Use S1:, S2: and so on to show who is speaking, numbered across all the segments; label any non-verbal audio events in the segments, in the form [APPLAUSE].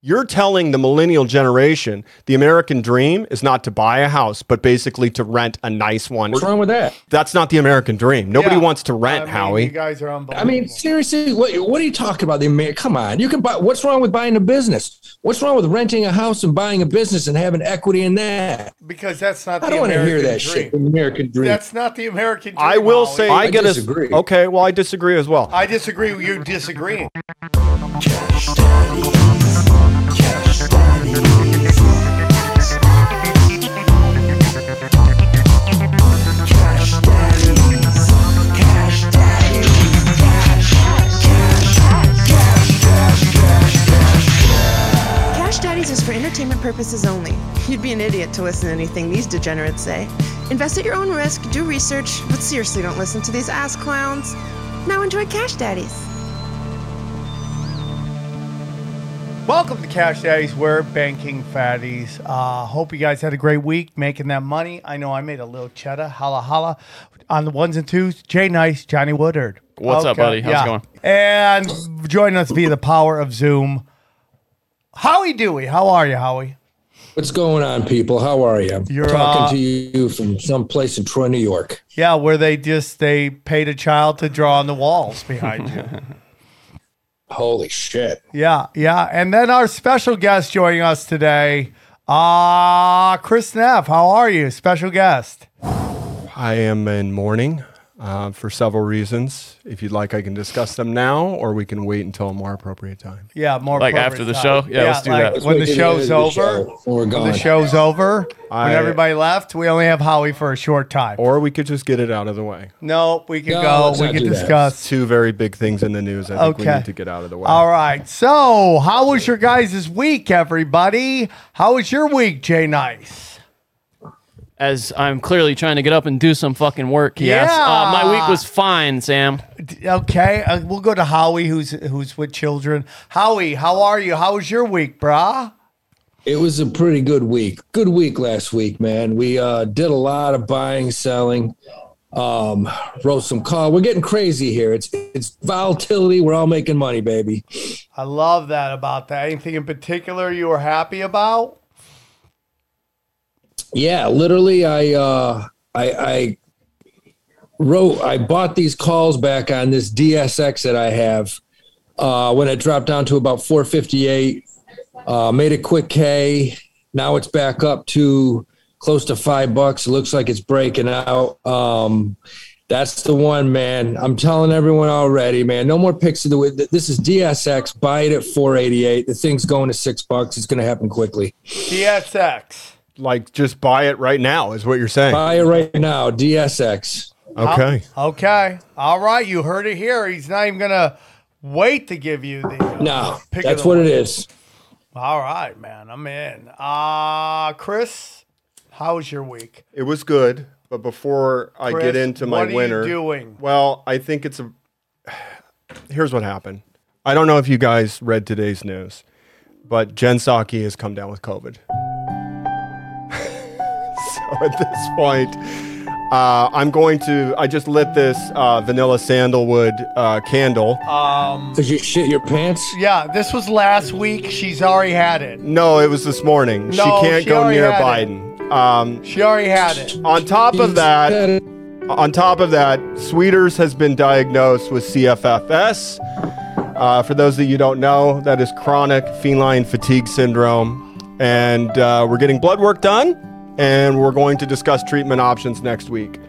S1: You're telling the millennial generation the American dream is not to buy a house, but basically to rent a nice one.
S2: What's wrong with that?
S1: That's not the American dream. Nobody
S3: Yeah.
S1: wants to rent,
S3: I mean, You
S1: Howie.
S3: guys are unbelievable.
S2: I mean, seriously, what, what are you talking about? The Amer- come on, you can buy. What's wrong with buying a business? What's wrong with renting a house and buying a business and having equity in that?
S3: because that's not
S2: I
S3: the
S2: don't want to
S3: American
S2: hear that
S3: dream.
S2: shit. American dream.
S3: That's not the American dream.
S1: I will
S3: Howie.
S1: say,
S2: I
S1: get a-
S2: disagree.
S1: okay, well, I disagree as well.
S3: I disagree with you disagreeing.
S4: Cash Daddies is for entertainment purposes only. You'd be an idiot to listen to anything these degenerates say. Invest at your own risk, do research, but seriously don't listen to these ass clowns. Now enjoy Cash Daddies.
S3: Welcome to Cash Daddies. We're banking fatties. Uh, hope you guys had a great week making that money. I know I made a little cheddar. Holla holla on the ones and twos. Jay Nice, Johnny Woodard.
S5: What's up, buddy? How's it going?
S3: And join us via the power of Zoom. Howie Dewey, how are you, Howie?
S2: What's going on, people? How are you?
S3: You're,
S2: talking
S3: uh,
S2: to you from someplace in Troy, New York.
S3: Yeah, where they just they paid a child to draw on the walls behind you.
S5: [LAUGHS]
S2: Holy shit!
S3: Yeah, yeah. And then our special guest joining us today, uh, Chris Neff. How are you? Special guest.
S1: I am in mourning uh, for several reasons. If you'd like, I can discuss them now, or we can wait until a more appropriate time.
S3: Yeah, more
S5: Like
S3: appropriate
S5: after the
S3: time.
S5: show? Yeah, let's do that. Let's
S3: When the
S2: make it
S3: show's
S2: the
S3: over,
S2: show. We're
S3: when
S2: gone.
S3: the show's over,
S1: I-
S3: when everybody left, we only have Howie for a short time.
S1: Or we could just get it out of the way.
S3: no, we can
S2: No,
S3: go.
S2: let's
S3: We
S2: not
S3: can
S2: do that.
S3: discuss.
S1: Two very big things in the news. I think we
S3: Okay.
S1: need to get out of the way.
S3: All right. So, how was your guys' week, everybody? How was your week, Jay Nice?
S5: As I'm clearly trying to get up and do some fucking work. Yes.
S3: Yeah.
S5: Uh, my week was fine, Sam.
S3: D- Okay, uh, we'll go to Howie, who's who's with children. Howie, how are you? How was your week, brah?
S2: It was a pretty good week. Good week last week, man. We uh, did a lot of buying, selling, um, wrote some call. We're getting crazy here. It's it's volatility. We're all making money, baby.
S3: I love that about that. Anything in particular you were happy about?
S2: Yeah, literally, I uh, I, I wrote. I bought these calls back on this DSX that I have. Uh, when it dropped down to about 458, uh, made a quick K. Now it's back up to close to five bucks. It looks like it's breaking out. Um, that's the one, man. I'm telling everyone already, man. No more picks of the week. This is DSX. Buy it at 488. The thing's going to six bucks. It's going to happen quickly.
S3: DSX.
S1: Like, just buy it right now, is what you're saying.
S2: Buy it right now. DSX.
S1: okay.
S3: Okay. All right. You heard it here. He's not even going to wait to give you the. uh,
S2: No,
S3: pick of
S2: that's
S3: the
S2: what
S3: week.
S2: it is.
S3: All right, man. I'm in. Uh, Chris, how was your week?
S1: It was good, but before I
S3: Chris,
S1: get into my
S3: what are you
S1: winner,
S3: doing?
S1: well, I think it's a. [SIGHS] Here's what happened. I don't know if you guys read today's news, but Jen Psaki has come down with COVID. [LAUGHS] so at this point, uh, I'm going to. I just lit this uh, vanilla sandalwood uh, candle.
S2: Cause you shit your pants.
S3: Yeah, this was last week. She's already had it.
S1: no, it was this morning. she
S3: No,
S1: can't
S3: she
S1: go
S3: already
S1: near
S3: had it.
S1: Biden. Um,
S3: She already had it.
S1: on top of that. On top of that, Sweeters has been diagnosed with CFFS. Uh, for those that you don't know, that is chronic feline fatigue syndrome. And uh, we're getting blood work done, and we're going to discuss treatment options next week.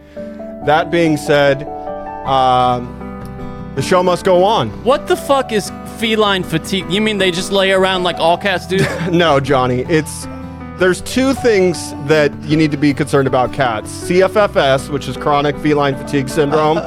S1: That being said, um, the show must go on. [LAUGHS]
S5: What the fuck is feline fatigue? You mean they just lay around like all cats do?
S1: No, Johnny, it's there's two things that you need to be concerned about cats: CFFS, which is chronic feline fatigue syndrome,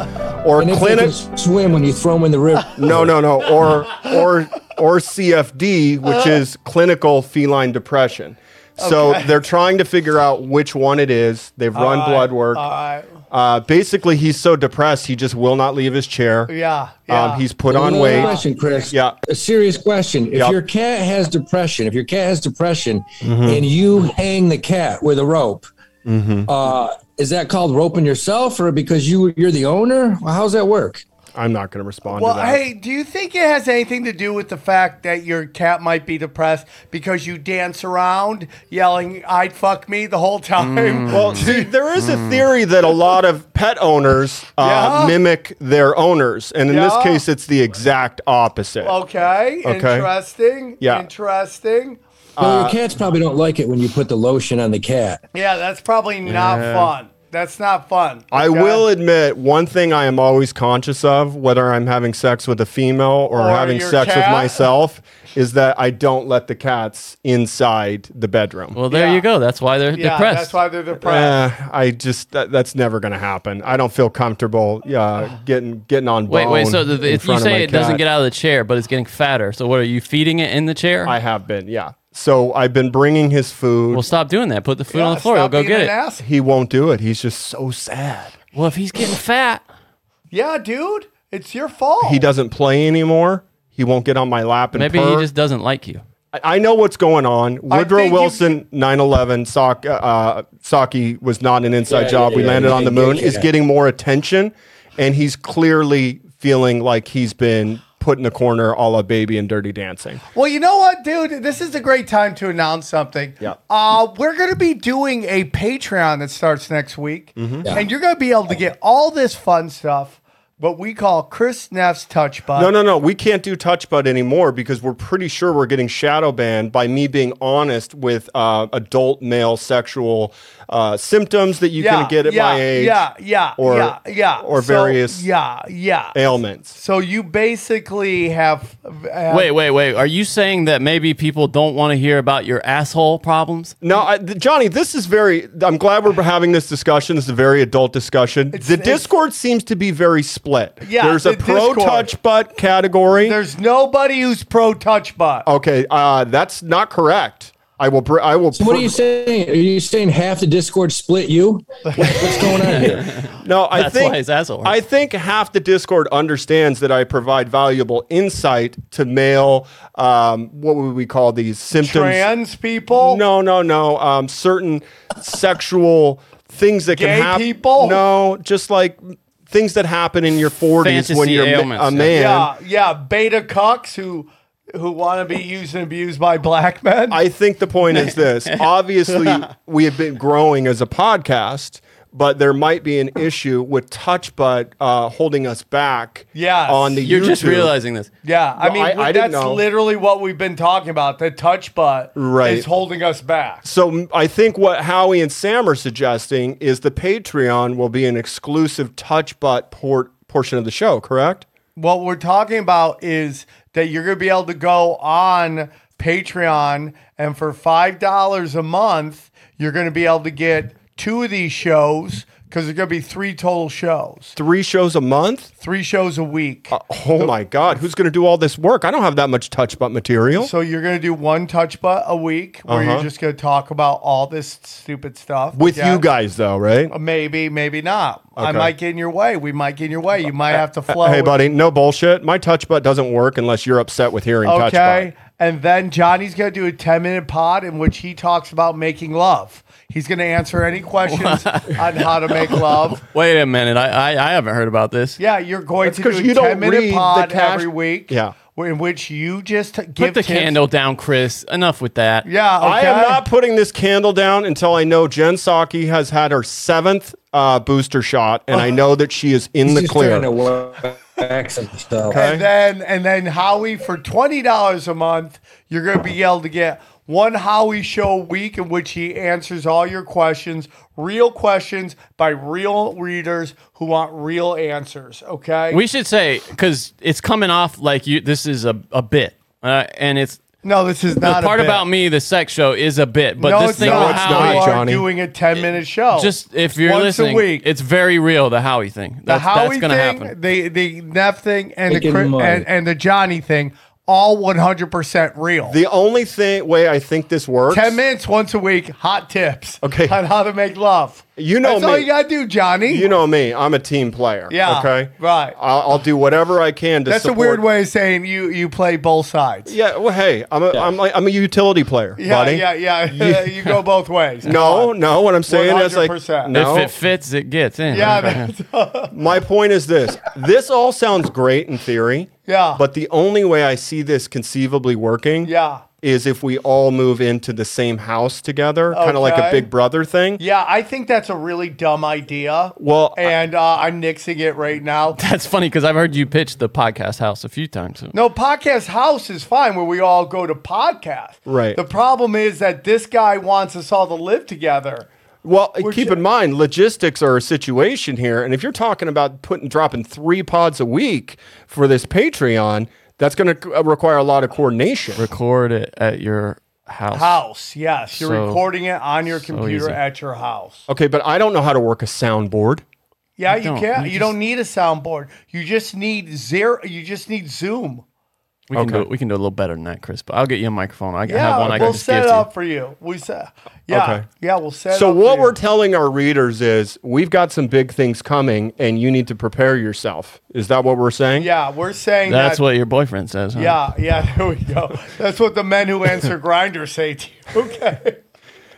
S1: or
S2: and if
S1: clinic.
S2: they can swim when you throw them in the river.
S1: [LAUGHS] No, no, no. Or or or CFD, which is clinical feline depression. So
S3: Okay.
S1: they're trying to figure out which one it is. They've run blood work.
S3: All right.
S1: Uh, basically, he's so depressed he just will not leave his chair.
S3: Yeah. yeah.
S1: Um, he's put
S2: Another
S1: on weight.
S2: Question, Chris.
S1: Yeah.
S2: A serious question. If
S1: Yep.
S2: your cat has depression, if your cat has depression,
S1: Mm-hmm.
S2: and you hang the cat with a rope,
S1: Mm-hmm.
S2: uh, is that called roping yourself, or because you you're the owner? Well, how's that work?
S1: I'm not going to respond
S3: Well,
S1: to that.
S3: hey, do you think it has anything to do with the fact that your cat might be depressed because you dance around yelling "I'd fuck me" the whole time? [LAUGHS]
S1: Well, see, there is a theory that a lot of pet owners uh,
S3: Yeah.
S1: mimic their owners, and in this
S3: Yeah.
S1: case, it's the exact opposite.
S3: okay,
S1: Okay.
S3: interesting.
S1: Yeah.
S3: interesting.
S2: Well,
S1: Uh,
S2: your cats probably don't like it when you put the lotion on the cat.
S3: Yeah, that's probably not fun. That's not fun.
S1: I
S3: okay?
S1: will admit one thing I am always conscious of, whether I'm having sex with a female or,
S3: Or
S1: having
S3: your
S1: sex with
S3: cat.
S1: myself, is that I don't let the cats inside the bedroom.
S5: [LAUGHS] Well, there
S3: Yeah.
S5: you go. That's why they're
S3: Yeah,
S5: depressed.
S3: that's why they're depressed.
S1: Uh, I just that, that's never gonna happen. I don't feel comfortable. Yeah, getting getting on.
S5: wait, wait. So
S1: bone
S5: the,
S1: in
S5: if you
S1: front of my
S5: say it doesn't
S1: cat.
S5: get out of the chair, but it's getting fatter. So what are you feeding it in the chair?
S1: I have been. Yeah. So I've been bringing his food.
S5: well, stop doing that. Put the food on
S3: Yeah,
S5: the floor. He'll
S3: stop
S5: go
S3: being
S5: get
S3: an
S5: it.
S3: ass.
S1: he won't do it. He's just so sad.
S5: Well, if he's getting fat,
S3: Yeah, dude, it's your fault.
S1: He doesn't play anymore. He won't get on my lap and
S5: maybe
S1: purr.
S5: he just doesn't like you.
S1: I I know what's going on. Woodrow
S3: think you-
S1: Wilson, 9/11, Sock, uh, Saki was not an inside
S2: Yeah,
S1: job.
S2: yeah,
S1: we
S2: yeah,
S1: landed
S2: you
S1: on the
S2: didn't
S1: moon.
S2: get
S1: Is
S2: that.
S1: getting more attention, and he's clearly feeling like he's been put in the corner, a la Baby and Dirty Dancing.
S3: Well, you know what, dude? This is a great time to announce something.
S1: Yeah.
S3: Uh, we're going to be doing a Patreon that starts next week.
S1: Mm-hmm.
S3: And you're going to be able to get all this fun stuff, what we call Chris Neff's Touch Bud.
S1: No, no, no. We can't do touch bud anymore because we're pretty sure we're getting shadow banned by me being honest with uh, adult male sexual uh, symptoms that you can get at
S3: yeah,
S1: my age.
S3: Yeah, yeah,
S1: or-
S3: yeah, yeah.
S1: or various-
S3: Yeah, yeah.
S1: Ailments.
S3: So you basically have. have
S5: Wait, wait, wait. Are you saying that maybe people don't want to hear about your asshole problems?
S1: No, I, th- Johnny, this is very. I'm glad we're having this discussion. This is a very adult discussion. the
S3: it's-
S1: Discord seems to be very split.
S3: Yeah,
S1: there's a
S3: the
S1: pro
S3: Discord.
S1: touch butt category.
S3: There's nobody who's pro Touch Bud.
S1: okay, uh, that's not correct. I will. Br- I will.
S2: So what are
S1: pr-
S2: you saying? Are you saying half the Discord split you? What- What's going on here?
S1: No, I
S5: That's
S1: think
S5: why his asshole
S1: I
S5: hurts.
S1: think half the Discord understands that I provide valuable insight to male. Um, what would we call these symptoms?
S3: Trans people.
S1: No, no, no. Um, certain sexual things that
S3: Gay
S1: can happen.
S3: people?
S1: No, just like things that happen in your forties when
S5: Fantasy
S1: you're ma-
S5: ailments,
S1: a
S5: yeah.
S1: man.
S3: Yeah, yeah. Beta cucks who who want to be used and abused by black men.
S1: I think the point is
S5: [LAUGHS]
S1: this. Obviously, we have been growing as a podcast, but there might be an issue with touch butt uh, holding us back
S3: Yes.
S1: on the
S5: You're
S1: YouTube.
S5: just realizing this.
S3: yeah, I
S1: No,
S3: mean
S1: I- I didn't
S3: that's
S1: know.
S3: literally what we've been talking about. The touch butt
S1: Right.
S3: is holding us back.
S1: So m- I think what Howie and Sam are suggesting is the Patreon will be an exclusive touch butt port portion of the show, correct?
S3: What we're talking about is that you're going to be able to go on Patreon and for five dollars a month, you're going to be able to get two of these shows because there's going to be three total shows,
S1: Three shows a month?
S3: three shows a week.
S1: Oh my God, who's going to do all this work? I don't have that much touch butt material.
S3: So you're gonna do one touch butt a week where you're just gonna talk about all this stupid stuff
S1: Uh-huh. With
S3: Yeah. Um,
S1: you guys, though, right?
S3: Maybe, maybe not. I
S1: Okay. Uh,
S3: might get in your way. We might get in your way. You might have to flow.
S1: Hey, buddy, no bullshit. My touch butt doesn't work unless you're upset with hearing touch
S3: Okay.
S1: butt.
S3: And then Johnny's gonna do a 10 minute pod in which he talks about making love. He's gonna answer
S1: [LAUGHS]
S3: any questions on how to make love.
S5: Wait a minute. I I, I haven't heard about this.
S3: Yeah, you're going to
S1: 'cause
S3: do a
S1: you don't
S3: 10 minute
S1: read the
S3: pod
S1: cash-
S3: every week.
S1: Yeah.
S3: In which you just give
S5: Put the
S3: tips.
S5: candle down, Chris. Enough with that.
S3: Yeah. Uh, Okay.
S1: I am not putting this candle down until I know Jen Psaki has had her seventh uh, booster shot, and I
S3: Uh-huh.
S1: know that she is in
S2: He's
S1: the
S2: just
S1: clear.
S2: trying to wa- wax himself.
S3: And then and then Howie for twenty dollars a month, you're gonna be able to get one Howie show a week in which he answers all your questions, real questions by real readers who want real answers. Okay.
S5: We should say because it's coming off like you. This is a a bit, uh, and it's
S3: no, this is
S5: the
S3: not
S5: part
S3: a bit.
S5: about me. The sex show is a bit, but
S3: no,
S5: this
S3: it's
S5: thing
S3: not.
S5: with
S1: it's
S5: Howie,
S1: not,
S3: You are
S1: Johnny.
S3: doing a ten minute show.
S5: just if you're
S3: once
S5: listening,
S3: a week.
S5: it's very real. The Howie thing.
S3: the
S5: That's,
S3: Howie
S5: that's gonna
S3: thing,
S5: happen.
S3: the the Neff thing, and the
S2: Making
S3: Chris,
S2: money.
S3: and, and the Johnny thing. all 100% real.
S1: The only thing way I think this works.
S3: 10 minutes once a week, hot tips
S1: Okay.
S3: on how to make love.
S1: You know
S3: That's
S1: me.
S3: all you got to do, Johnny.
S1: You know me. I'm a team player.
S3: Yeah,
S1: Okay.
S3: right.
S1: I'll, I'll do whatever I can to.
S3: That's a
S1: support-
S3: weird way of saying you, you play both sides.
S1: Yeah. Well, hey, I'm a, am like, I'm a utility player,
S3: Yeah,
S1: buddy.
S3: yeah,
S1: [LAUGHS]
S3: yeah. [LAUGHS] you go both ways. Come
S1: No,
S3: on.
S1: no. What I'm saying is like
S3: 100%.
S1: no.
S5: If it fits, it gets in.
S3: Yeah, that's,
S1: My point is this: this all sounds great in theory.
S3: Yeah.
S1: But the only way I see this conceivably working.
S3: [LAUGHS] yeah.
S1: Is if we all move into the same house together, kind of like a
S3: Okay.
S1: Big Brother thing.
S3: Yeah, I think that's a really dumb idea.
S1: Well, I-
S3: and uh, I'm nixing it
S1: [LAUGHS]
S3: right now.
S5: [LAUGHS] That's funny because I've heard you pitch the podcast house a few times.
S3: No, podcast house is fine where we all go to podcast.
S1: Right.
S3: The problem is that this guy wants us all to live together.
S1: Well,
S3: We're
S1: keep
S3: ju-
S1: in mind, logistics are a situation here, and if you're talking about putting dropping three pods a week for this Patreon, that's going to require a lot of coordination.
S5: Record it at your house.
S3: House, yes. You're
S5: So-
S3: recording it on your computer
S5: easy.
S3: at your house.
S1: Okay, but I don't know how to work a soundboard.
S3: Yeah, you
S5: don't.
S3: can.
S5: You
S3: You don't need a soundboard. You just need zero. You just need Zoom.
S5: We can
S1: Okay.
S5: do we can do a little better than that, Chris. But I'll get you a microphone. I
S3: Yeah,
S5: have one I
S3: we'll
S5: can just
S3: set
S5: give
S3: it
S5: to you.
S3: up for you. We set. Yeah,
S1: Okay.
S3: yeah, we'll set. it
S1: So
S3: up
S1: what
S3: for
S1: we're
S3: you.
S1: telling our readers is, we've got some big things coming, and you need to prepare yourself. Is that what we're saying?
S3: yeah, we're saying
S5: That's
S3: that,
S5: what your boyfriend says. Huh?
S3: Yeah, yeah. [LAUGHS] There we go. That's what the men who
S5: [LAUGHS]
S3: answer grinders say to you. [LAUGHS] Okay.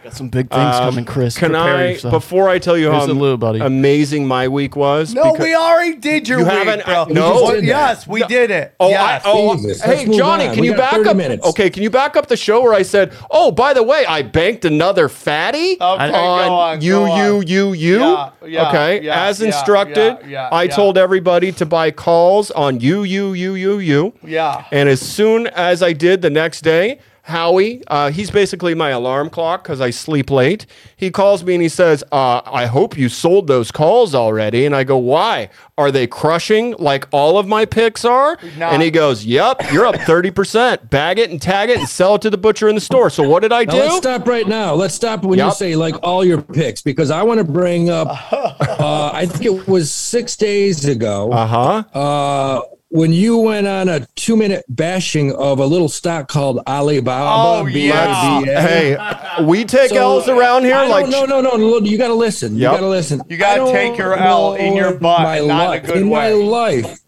S5: got some big things coming, Chris.
S1: Um, Can
S5: Prepare
S1: I,
S5: yourself.
S1: before I tell you
S5: Here's
S1: how
S5: the lube, buddy.
S1: amazing my week was?
S3: No,
S1: because-
S3: we already did your
S1: You
S3: week,
S1: haven't-
S3: bro.
S1: I- no. We just
S2: did that.
S3: yes, we did it.
S1: Oh,
S3: yes.
S1: I, oh
S2: Jesus,
S1: hey,
S2: let's move
S1: Johnny,
S2: on.
S1: can
S2: We
S1: you
S2: got
S1: back
S2: 30
S1: up?
S2: minutes.
S1: Okay, can you back up the show where I said, "Oh, by the way, I banked another fatty
S3: Okay, go on,
S1: you,
S3: go on.
S1: you, you, you."
S3: Yeah, yeah,
S1: okay,
S3: yeah,
S1: as
S3: yeah,
S1: instructed,
S3: yeah, yeah,
S1: I
S3: yeah.
S1: told everybody to buy calls on you, you, you, you, you.
S3: Yeah.
S1: And as soon as I did the next day, Howie, uh, he's basically my alarm clock because I sleep late. He calls me and he says, uh, I hope you sold those calls already. And I go, Why? Are they crushing like all of my picks are?
S3: Nah.
S1: And he goes, Yep, you're up 30%. Bag it and tag it and sell it to the butcher in the store. So what did I
S2: Now, let's
S1: do?
S2: stop right now. Let's stop when you
S1: Yup.
S2: say like all your picks because I want to
S1: [LAUGHS]
S2: bring up. uh, I think it was six days ago
S1: Uh huh.
S2: uh, when you went on a two-minute bashing of a little stock called Alibaba.
S3: Oh, yeah.
S2: BABA.
S1: Hey, we take
S2: So,
S1: L's around here.
S2: I
S1: like,
S2: don't- no, no, no, no. You got to listen.
S1: Yup.
S2: You got to listen.
S3: You gotta
S2: I don't
S3: take your L in your
S2: know
S3: butt,
S2: my
S3: not in a
S2: life-
S3: good
S2: in my
S3: way.
S2: life,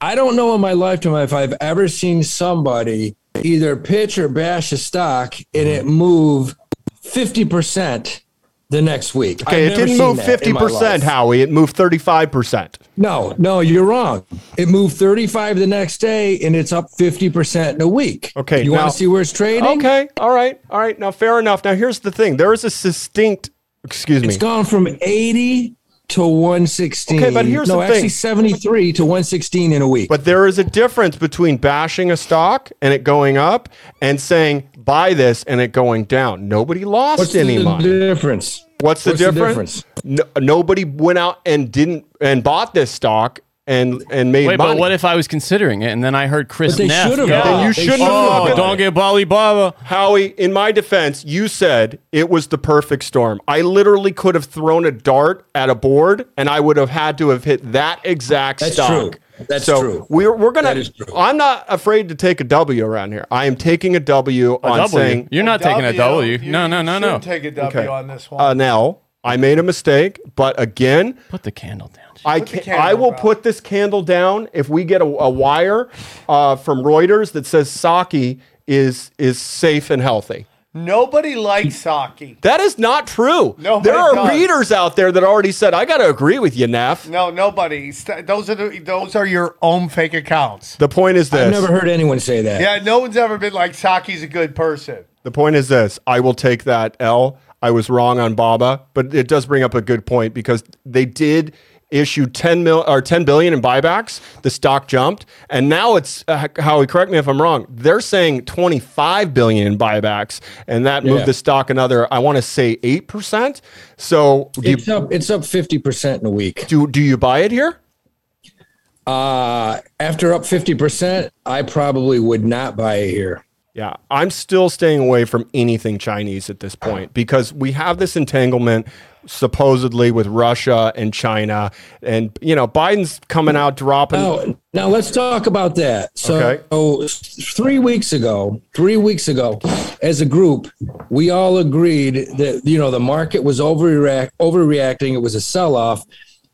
S2: I don't know in my lifetime if I've ever seen somebody either pitch or bash a stock and it move fifty percent the next week.
S1: okay,
S2: I've
S1: it
S2: never
S1: didn't
S2: seen
S1: move
S2: that in my
S1: 50%,
S2: life.
S1: Howie. It moved 35%.
S2: No, no, you're wrong. It moved thirty-five the next day, and it's up fifty percent in a week.
S1: Okay,
S2: you
S1: now-
S2: want to see where it's trading?
S1: Okay. All right. All right. Now, fair enough. Now, here's the thing. There is a distinct. Excuse me.
S2: It's gone from 80 to 116.
S1: Okay, but here's
S2: no,
S1: the
S2: actually
S1: thing.
S2: 73 to 116 in a week.
S1: But there is a difference between bashing a stock and it going up and saying buy this and it going down. Nobody lost
S2: what's
S1: any
S2: the
S1: money.
S2: difference?
S1: what's the
S2: what's the
S1: difference? No- nobody went out and didn't and bought this stock and and made
S5: Wait,
S1: money.
S5: but what if I was considering it and then I heard Chris
S2: But they
S5: Neff?
S2: should have.
S5: go,
S1: Then you
S2: They
S1: shouldn't
S2: should've
S1: have
S5: Oh,
S2: done
S1: fucking-
S5: don't get Bali Baba.
S1: Howie, in my defense, you said it was the perfect storm. I literally could have thrown a dart at a board and I would have had to have hit that exact
S2: That's
S1: stock.
S2: true. That's
S1: so
S2: true.
S1: We're, we're gonna.
S2: That is true.
S1: I'm not afraid to take a W around here. I am taking a W on
S5: W.
S1: saying
S5: You're not taking a W.
S3: You-
S5: No, no, no,
S3: you
S5: no. Uh,
S3: should Take a W
S1: Okay.
S3: on this one.
S1: an L. uh, I made a mistake, but again,
S5: Put the candle down.
S1: I
S3: Put the
S1: can, I
S3: candle
S1: will
S3: down.
S1: put this candle down if we get a, a wire uh, from Reuters that says Saki is is safe and healthy.
S3: Nobody likes Saki.
S1: That is not true.
S3: No,
S1: there
S3: it
S1: are
S3: does.
S1: readers out there that already said, "I got to agree with you, Neff."
S3: No, nobody. St- Those are the, those are your own fake accounts.
S1: The point is this.
S2: I've never heard anyone say that.
S3: Yeah, no one's ever been like Saki's a good person.
S1: the point is this. I will take that L. I was wrong on Baba, but it does bring up a good point because they did issue 10 mil or 10 billion in buybacks. The stock jumped, and now it's uh, Howie. Correct me if I'm wrong. They're saying 25 billion in buybacks, and that moved
S2: Yeah.
S1: the stock another. I want to say eight percent. So do you,
S2: It's up it's up 50% in a week.
S1: do do you buy it here?
S2: Uh, after up 50%, I probably would not buy it here.
S1: Yeah, I'm still staying away from anything Chinese at this point because we have this entanglement supposedly with Russia and China, and you know Biden's coming out dropping.
S2: Now, now let's talk about that. So,
S1: Okay.
S2: so three weeks ago, three weeks ago, as a group, we all agreed that you know the market was overreact, overreacting. It was a sell-off,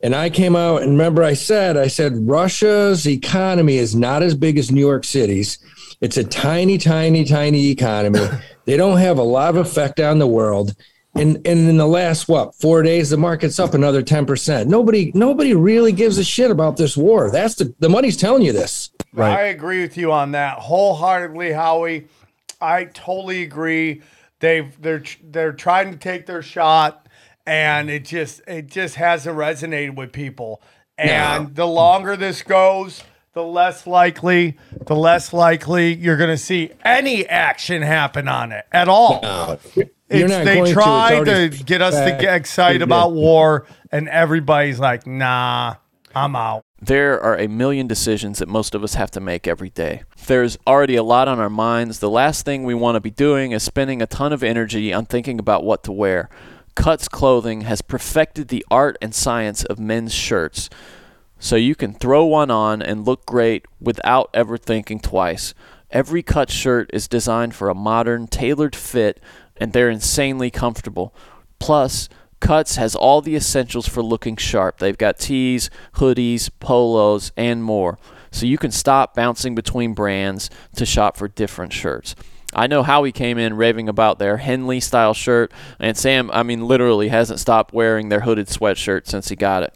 S2: and I came out and remember I said, I said Russia's economy is not as big as New York City's. It's a tiny, tiny, tiny economy. they don't have a lot of effect on the world. And, and in the last what four days the market's up another 10% nobody nobody really gives a shit about this war that's the the money's telling you this
S1: Right.
S3: I agree with you on that wholeheartedly, Howie. I totally agree. They've they're they're trying to take their shot, and it just it just hasn't resonated with people. And the longer this goes, the less likely the less likely you're going to see any action happen on it at all.
S2: You're
S3: It's-
S2: not going to.
S3: they
S2: It's
S3: try to,
S2: already
S3: get us to
S2: fact.
S3: get excited about war, and everybody's like, "Nah, I'm out."
S6: There are a million decisions that most of us have to make every day. There's already a lot on our minds. The last thing we want to be doing is spending a ton of energy on thinking about what to wear. Cuts Clothing has perfected the art and science of men's shirts, so you can throw one on and look great without ever thinking twice. Every cut shirt is designed for a modern, tailored fit, and they're insanely comfortable. Plus, Cuts has all the essentials for looking sharp. They've got tees, hoodies, polos, and more. So you can stop bouncing between brands to shop for different shirts. I know Howie came in raving about their Henley style shirt, and Sam, I mean, literally hasn't stopped wearing their hooded sweatshirt since he got it.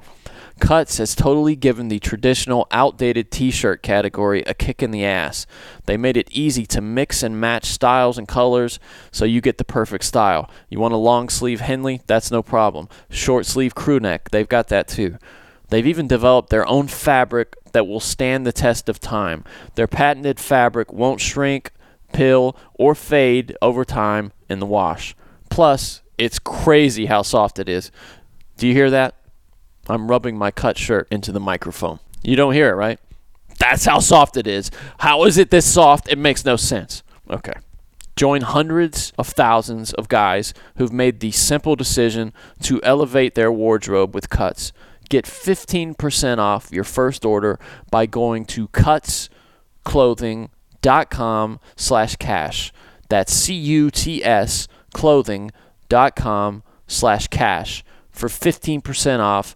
S6: Cuts has totally given the traditional outdated t shirt category a kick in the ass. They made it easy to mix and match styles and colors so you get the perfect style. You want a long sleeve Henley? That's no problem. Short sleeve crew neck? They've got that too. They've even developed their own fabric that will stand the test of time. Their patented fabric won't shrink, pill, or fade over time in the wash. Plus, it's crazy how soft it is. Do you hear that? I'm rubbing my cut shirt into the microphone. You don't hear it, right? That's how soft it is. How is it this soft? It makes no sense. Okay. Join hundreds of thousands of guys who've made the simple decision to elevate their wardrobe with cuts. Get 15% off your first order by going to cutsclothing.com slash cash. That's C-U-T-S clothing.com slash cash for 15% off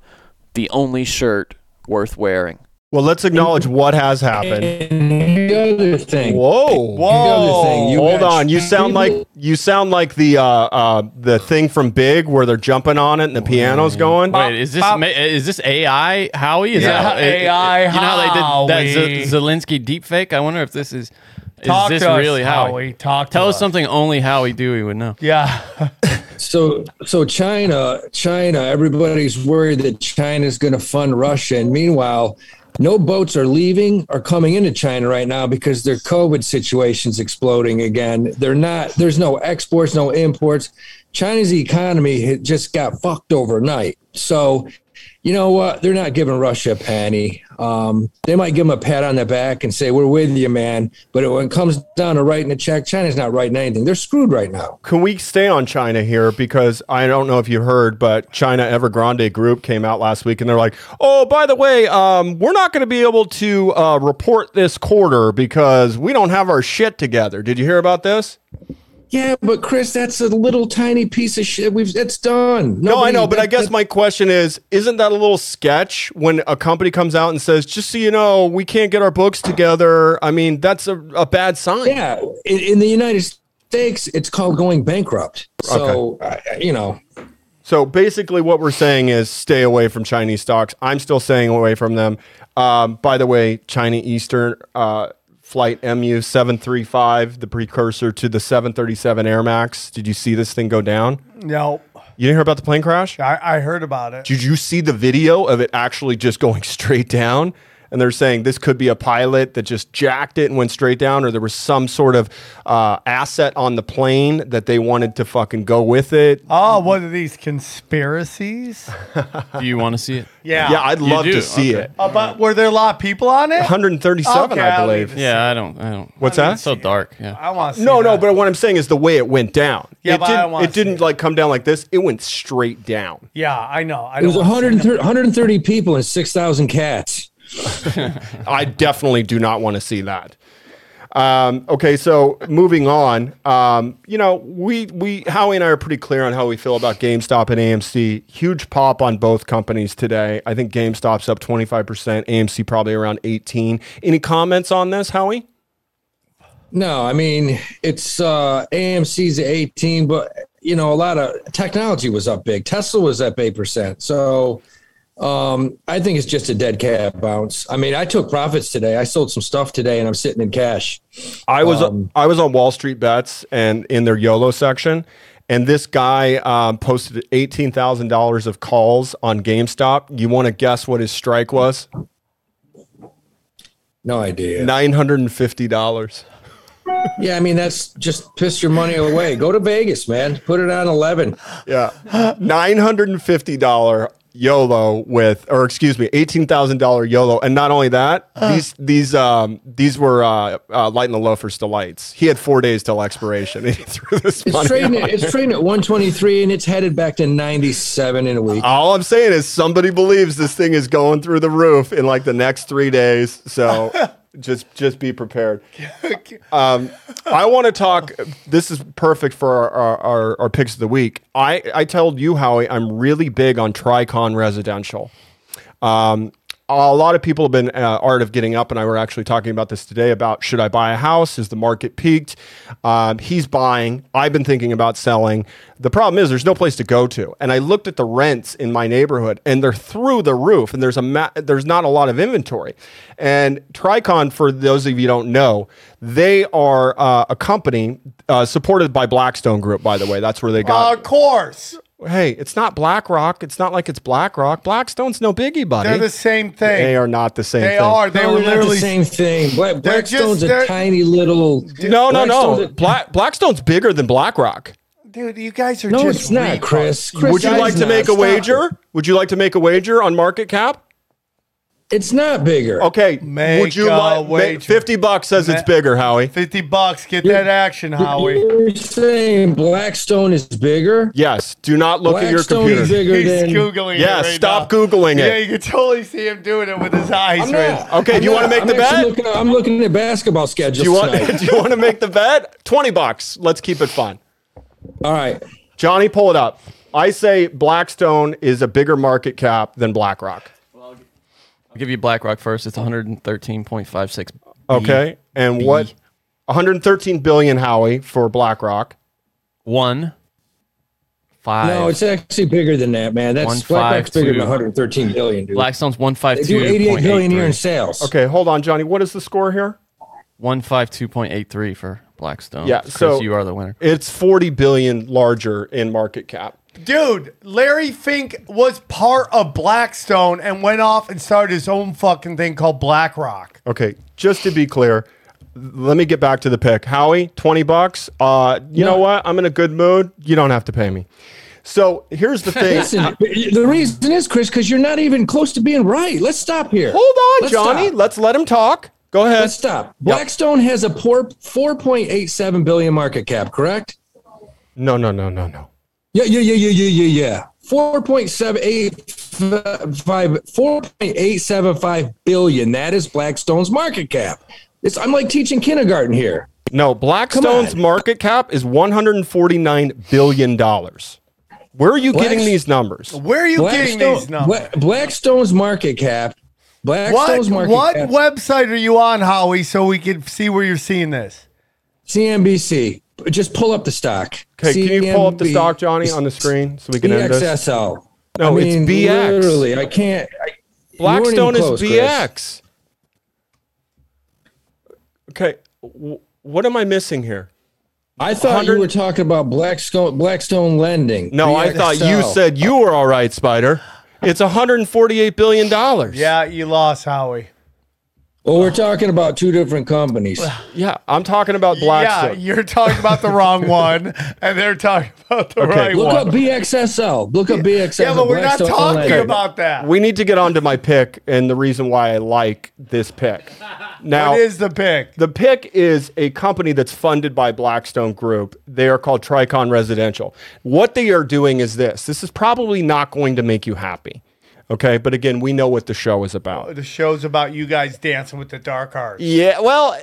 S6: the only shirt worth wearing.
S1: Well, let's acknowledge what has happened.
S2: and the other thing
S1: Whoa.
S2: the other thing you
S1: Hold
S2: got
S1: on, you sound like
S2: people-
S1: you sound like the uh, uh, the thing from Big where they're jumping on it and the piano's
S2: Mm.
S1: going.
S5: Wait, is this
S1: Uh,
S3: Bob-
S5: ma- is this AI Howie? Is
S3: Yeah,
S5: that it- it-
S3: AI
S5: You know how they did
S3: Howie.
S5: that Z- Zelensky deepfake? I wonder if this is is
S3: Talk
S5: this
S3: to us,
S5: really Howie?
S3: Howie. Talk to
S5: Tell us
S3: us.
S5: something only Howie Dewey would know.
S3: Yeah.
S2: so so china china everybody's worried that china's going to fund russia and meanwhile no boats are leaving or coming into china right now because their covid situation's exploding again they're not there's no exports no imports china's economy had just got fucked overnight so you know what? They're not giving Russia a penny. Um, they might give them a pat on the back and say, "We're with you, man." But when it comes down to writing a check, China's not writing anything. They're screwed right now.
S1: Can we stay on China here? Because I don't know if you heard, but China Evergrande Group came out last week and they're like, oh, by the way, um, we're not going to be able to uh, report this quarter because we don't have our shit together. Did you hear about this?
S2: Yeah, but Chris, that's a little tiny piece of shit. We've it's done.
S1: No, Oh, I know, but I
S2: that-
S1: guess
S2: that-
S1: my question is isn't that a little sketch when a company comes out and says, just so you know, we can't get our books together? I mean, that's a, a bad sign.
S2: yeah, in, in the United States, it's called going bankrupt. So I- I- you know,
S1: So basically, what we're saying is stay away from Chinese stocks. I'm still staying away from them. Um, by the way, China Eastern uh, flight MU 735, the precursor to the 737 Air Max. Did you see this thing go down?
S3: No,
S1: You didn't hear about the plane crash?
S3: I, I heard about it.
S1: Did you see the video of it actually just going [LAUGHS] straight down? and they're saying this could be a pilot that just jacked it and went straight down, or there was some sort of uh, asset on the plane that they wanted to fucking go with it.
S3: Oh, one of these conspiracies.
S5: Do you want
S1: [LAUGHS]
S5: to see it?
S3: Yeah.
S1: yeah, I'd
S5: You
S1: love
S5: do?
S1: to see
S5: Okay.
S1: it.
S3: Uh, but were there a lot of people on it?
S1: 137,
S3: Okay,
S1: I
S3: I'll
S1: believe.
S3: leave it.
S5: Yeah, I don't. I don't.
S1: What's
S5: I mean,
S1: that?
S5: It's so dark. Yeah.
S3: I want to.
S1: No, no, but what I'm saying is the way it went down.
S3: Yeah,
S1: it
S3: but I
S1: didn't,
S3: don't wanna
S1: it didn't like come down like this. It went straight down.
S3: yeah, I know. I
S2: It was
S3: don't wanna see
S2: 130, 130 people and 6,000 cats.
S1: I definitely do not want to see that. Um, okay, so moving on. Um, you know, we we Howie and I are pretty clear on how we feel about GameStop and AMC. Huge pop on both companies today. I think GameStop's up 25%, AMC probably around 18. Any comments on this, Howie?
S2: No, I mean, it's uh, AMC's at 18, but, you know, a lot of technology was up big. Tesla was up 8%. So um, I think it's just a dead cat bounce. I mean, I took profits today. I sold some stuff today and I'm sitting in cash.
S1: I was I was on Wall Street Bets and in their YOLO section, and this guy um, posted eighteen thousand dollars of calls on GameStop. You want to guess what his strike was?
S2: No idea.
S1: Nine hundred and fifty dollars.
S2: yeah, I mean, that's just piss your money away. Go to Vegas, man. Put it on 11.
S1: Yeah, [GASPS] nine hundred and fifty dollar YOLO with, or excuse me, eighteen thousand dollar YOLO. And not only that, these these um these were uh, uh, lighting the loafers to lights. He had four days till expiration, [LAUGHS] and he threw this
S2: It's
S1: money.
S2: trading,
S1: on.
S2: at, it's trading at 123 and it's headed back to 97 in a week.
S1: All I'm saying is somebody believes this thing is going through the roof in like the next three days. So just just be prepared. Um, I want to talk. This is perfect for our, our, our, our picks of the week. I, I told you, Howie, I'm really big on Tricon Residential. Um, a lot of people have been uh, art of getting up, and I were actually talking about this today about should I buy a house? Is the market peaked? Um, he's buying. I've been thinking about selling. The problem is there's no place to go to, and I looked at the rents in my neighborhood, and they're through the roof, and there's a ma- there's not a lot of inventory. And Tricon, for those of you who don't know, they are uh, a company uh, supported by Blackstone Group. By the way, that's where they got.
S3: Of course,
S1: hey, it's not BlackRock. It's not like it's BlackRock. Blackstone's no biggie, buddy.
S3: they're the same thing.
S1: They are not the same
S3: They
S1: thing.
S3: are. They
S2: No,
S3: were
S2: they're Oh, not
S3: literally
S2: the same thing. Black,
S3: They're just-
S2: Blackstone's
S3: they're-
S2: a tiny little.
S1: No, no,
S2: Blackstone's
S1: no.
S2: a-
S1: Black, Blackstone's bigger than BlackRock.
S3: dude. You guys are
S2: no,
S3: just
S2: it's not,
S3: retards.
S2: Chris. Chris,
S1: Would you
S2: that
S1: like
S2: is
S1: to
S2: not.
S1: make a
S2: Stop it.
S1: wager? Would you like to make a wager on market cap?
S2: It's not bigger.
S1: Okay.
S3: Make
S1: Would you
S3: a
S1: like ma-
S3: wager.
S1: fifty bucks says it's
S3: Ma-
S1: bigger, Howie?
S3: Fifty bucks. Get that action, Howie.
S2: You're saying Blackstone is bigger?
S1: Yes. Do not look at your
S2: Blackstone
S1: computer.
S2: is bigger
S3: He's
S2: than.
S3: googling it.
S1: Yeah,
S3: right
S1: stop
S3: now.
S1: Googling
S3: Yeah,
S1: it.
S3: you can totally see him doing it with his eyes.
S2: I'm
S3: right
S2: not.
S3: now.
S1: Okay,
S2: I'm
S1: do you wanna
S2: not-
S1: make
S2: I'm
S1: the
S2: actually
S1: bet?
S2: Looking, I'm looking at basketball schedules
S1: Do you want [LAUGHS]
S2: tonight.
S1: do you want to make the bet? Twenty bucks. Let's keep it fun.
S2: All right.
S1: Johnny, pull it up. I say Blackstone is a bigger market cap than BlackRock.
S5: I'll give you BlackRock first. It's 113.56.
S1: Okay. And what 113 billion Howie for BlackRock.
S5: One. Five.
S2: No, it's actually bigger than that, man. That's
S5: One,
S2: Blackstone's
S5: five,
S2: bigger
S5: two.
S2: than 113 billion, dude.
S5: Blackstone's
S2: they do 88 billion a year in
S5: 152.83.
S2: sales.
S1: Okay, hold on, Johnny. What is the score here?
S5: 152.83 for Blackstone.
S1: Yeah,
S5: Chris,
S1: so-
S5: you are the winner.
S1: It's 40 billion larger in market cap.
S3: Dude, Larry Fink was part of Blackstone and went off and started his own fucking thing called BlackRock.
S1: Okay, just to be clear, let me get back to the pick. Howie, 20 bucks. Uh, you know what? I'm in a good mood. You don't have to pay me. So here's the thing.
S2: Listen, the reason is, Chris, because you're not even close to being right. Let's stop here.
S1: [LAUGHS] Hold on,
S2: Let's
S1: Johnny.
S2: stop.
S1: Let's let him talk. Go ahead.
S2: Let's stop. Blackstone has a poor 4.87 billion market cap, correct?
S1: No, no, no, no, no.
S2: Yeah, yeah, yeah, yeah, yeah, yeah, yeah. 4.785 4.875 billion. That is Blackstone's market cap. It's I'm like teaching kindergarten here.
S1: No, Blackstone's
S2: on.
S1: market cap is 149 billion dollars. Where are you
S2: Black-
S1: getting these numbers?
S3: Where are you getting these numbers?
S2: Bla- Blackstone's market cap.
S3: What,
S2: Blackstone's market
S3: what
S2: cap.
S3: website are you on, Howie, so we can see where you're seeing this?
S2: CNBC. Just pull up the stock.
S1: Okay, can you pull up the
S2: CNB
S1: stock, Johnny, on the screen so we can end this?
S2: BXSL.
S1: No,
S2: I
S1: it's
S2: mean,
S1: BX.
S2: Literally, I can't. I, you weren't even
S1: Blackstone is
S2: close, Chris.
S1: BX. Okay, w- what am I missing here?
S2: I thought
S1: 100
S2: you were talking about Blackstone Blackstone lending.
S1: No, I thought you
S2: BXSL.
S1: said you were all right, Spider. It's 148 billion dollars.
S3: Yeah, you lost, Howie.
S2: Well, we're talking about two different companies.
S1: Yeah, I'm talking about
S3: Yeah,
S1: Blackstone.
S3: you're talking about the [LAUGHS] wrong one, and they're talking about the right
S2: Look up
S3: one.
S2: BXSL. Look up BXSL.
S3: yeah, but we're not
S2: Blackstone
S3: talking
S2: Electric.
S3: about that.
S1: we need to get on to my pick and the reason why I like this pick. Now,
S3: what is the pick?
S1: the pick is a company that's funded by Blackstone Group. They are called Tricon Residential. What they are doing is this this is probably not going to make you happy. Okay, but again, we know what the show is about.
S3: The show's about you guys dancing with the dark arts.
S1: Yeah, well,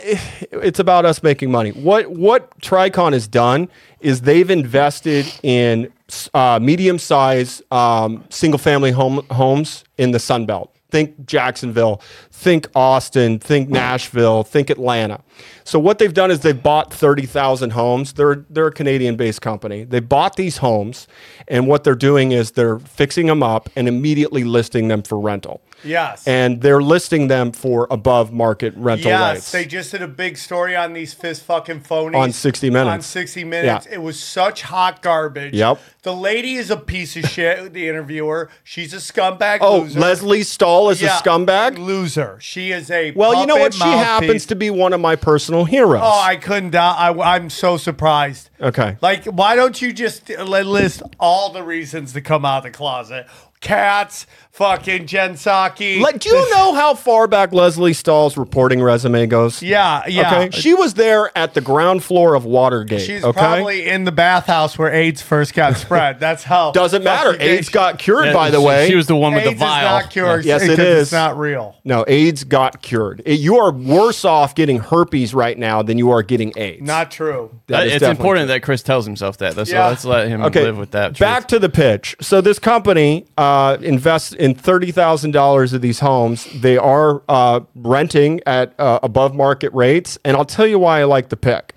S1: it's about us making money. What what Tricon has done is they've invested in uh, medium sized um, single family home homes in the Sun Belt. Think Jacksonville, think Austin, think Nashville, think Atlanta. So what they've done is they've bought thirty thousand homes. They're they're a Canadian based company. They bought these homes, and what they're doing is they're fixing them up and immediately listing them for rental.
S3: Yes.
S1: And they're listing them for above market rental
S3: yes,
S1: rates.
S3: they just did a big story on these fist fucking phonies
S1: On 60 Minutes.
S3: On 60 minutes,
S1: Yeah.
S3: it was such hot garbage.
S1: Yep.
S3: The lady is a piece of shit. the interviewer, she's a scumbag.
S1: Oh,
S3: loser.
S1: Leslie Stahl is
S3: Yeah,
S1: a scumbag.
S3: loser. She is a
S1: Well, you know what?
S3: puppet
S1: She
S3: mouthpiece.
S1: happens to be one of my personal heroes.
S3: Oh, I couldn't. doubt- I, I'm so surprised.
S1: Okay.
S3: Like, why don't you just li- list all the reasons to come out of the closet? Cats, fucking Jen Psaki.
S1: Like, do
S3: [LAUGHS]
S1: you know how far back Leslie Stahl's reporting resume goes?
S3: Yeah, yeah.
S1: Okay. She was there at the ground floor of Watergate.
S3: She's
S1: okay.
S3: probably in the bathhouse where AIDS first got spread. That's how.
S1: Doesn't matter.
S3: fucking
S1: AIDS
S3: gay-
S1: got cured,
S5: Yeah,
S1: by the
S5: she-
S1: way.
S5: She was the one with
S3: AIDS
S5: the vial.
S3: Is not cured.
S1: Yes, it
S3: because
S1: is.
S3: It's not real.
S1: no, AIDS got cured. It- you are worse off getting herpes right now than you are getting AIDS.
S3: Not true.
S1: That is
S5: it's
S1: definitely
S5: important that Chris tells himself that. That's
S3: Yeah.
S5: so let's let him
S1: Okay,
S5: live with that.
S1: Back to the pitch. So this company uh, invests in thirty thousand dollars of these homes. They are uh, renting at uh, above market rates, and I'll tell you why I like the pick.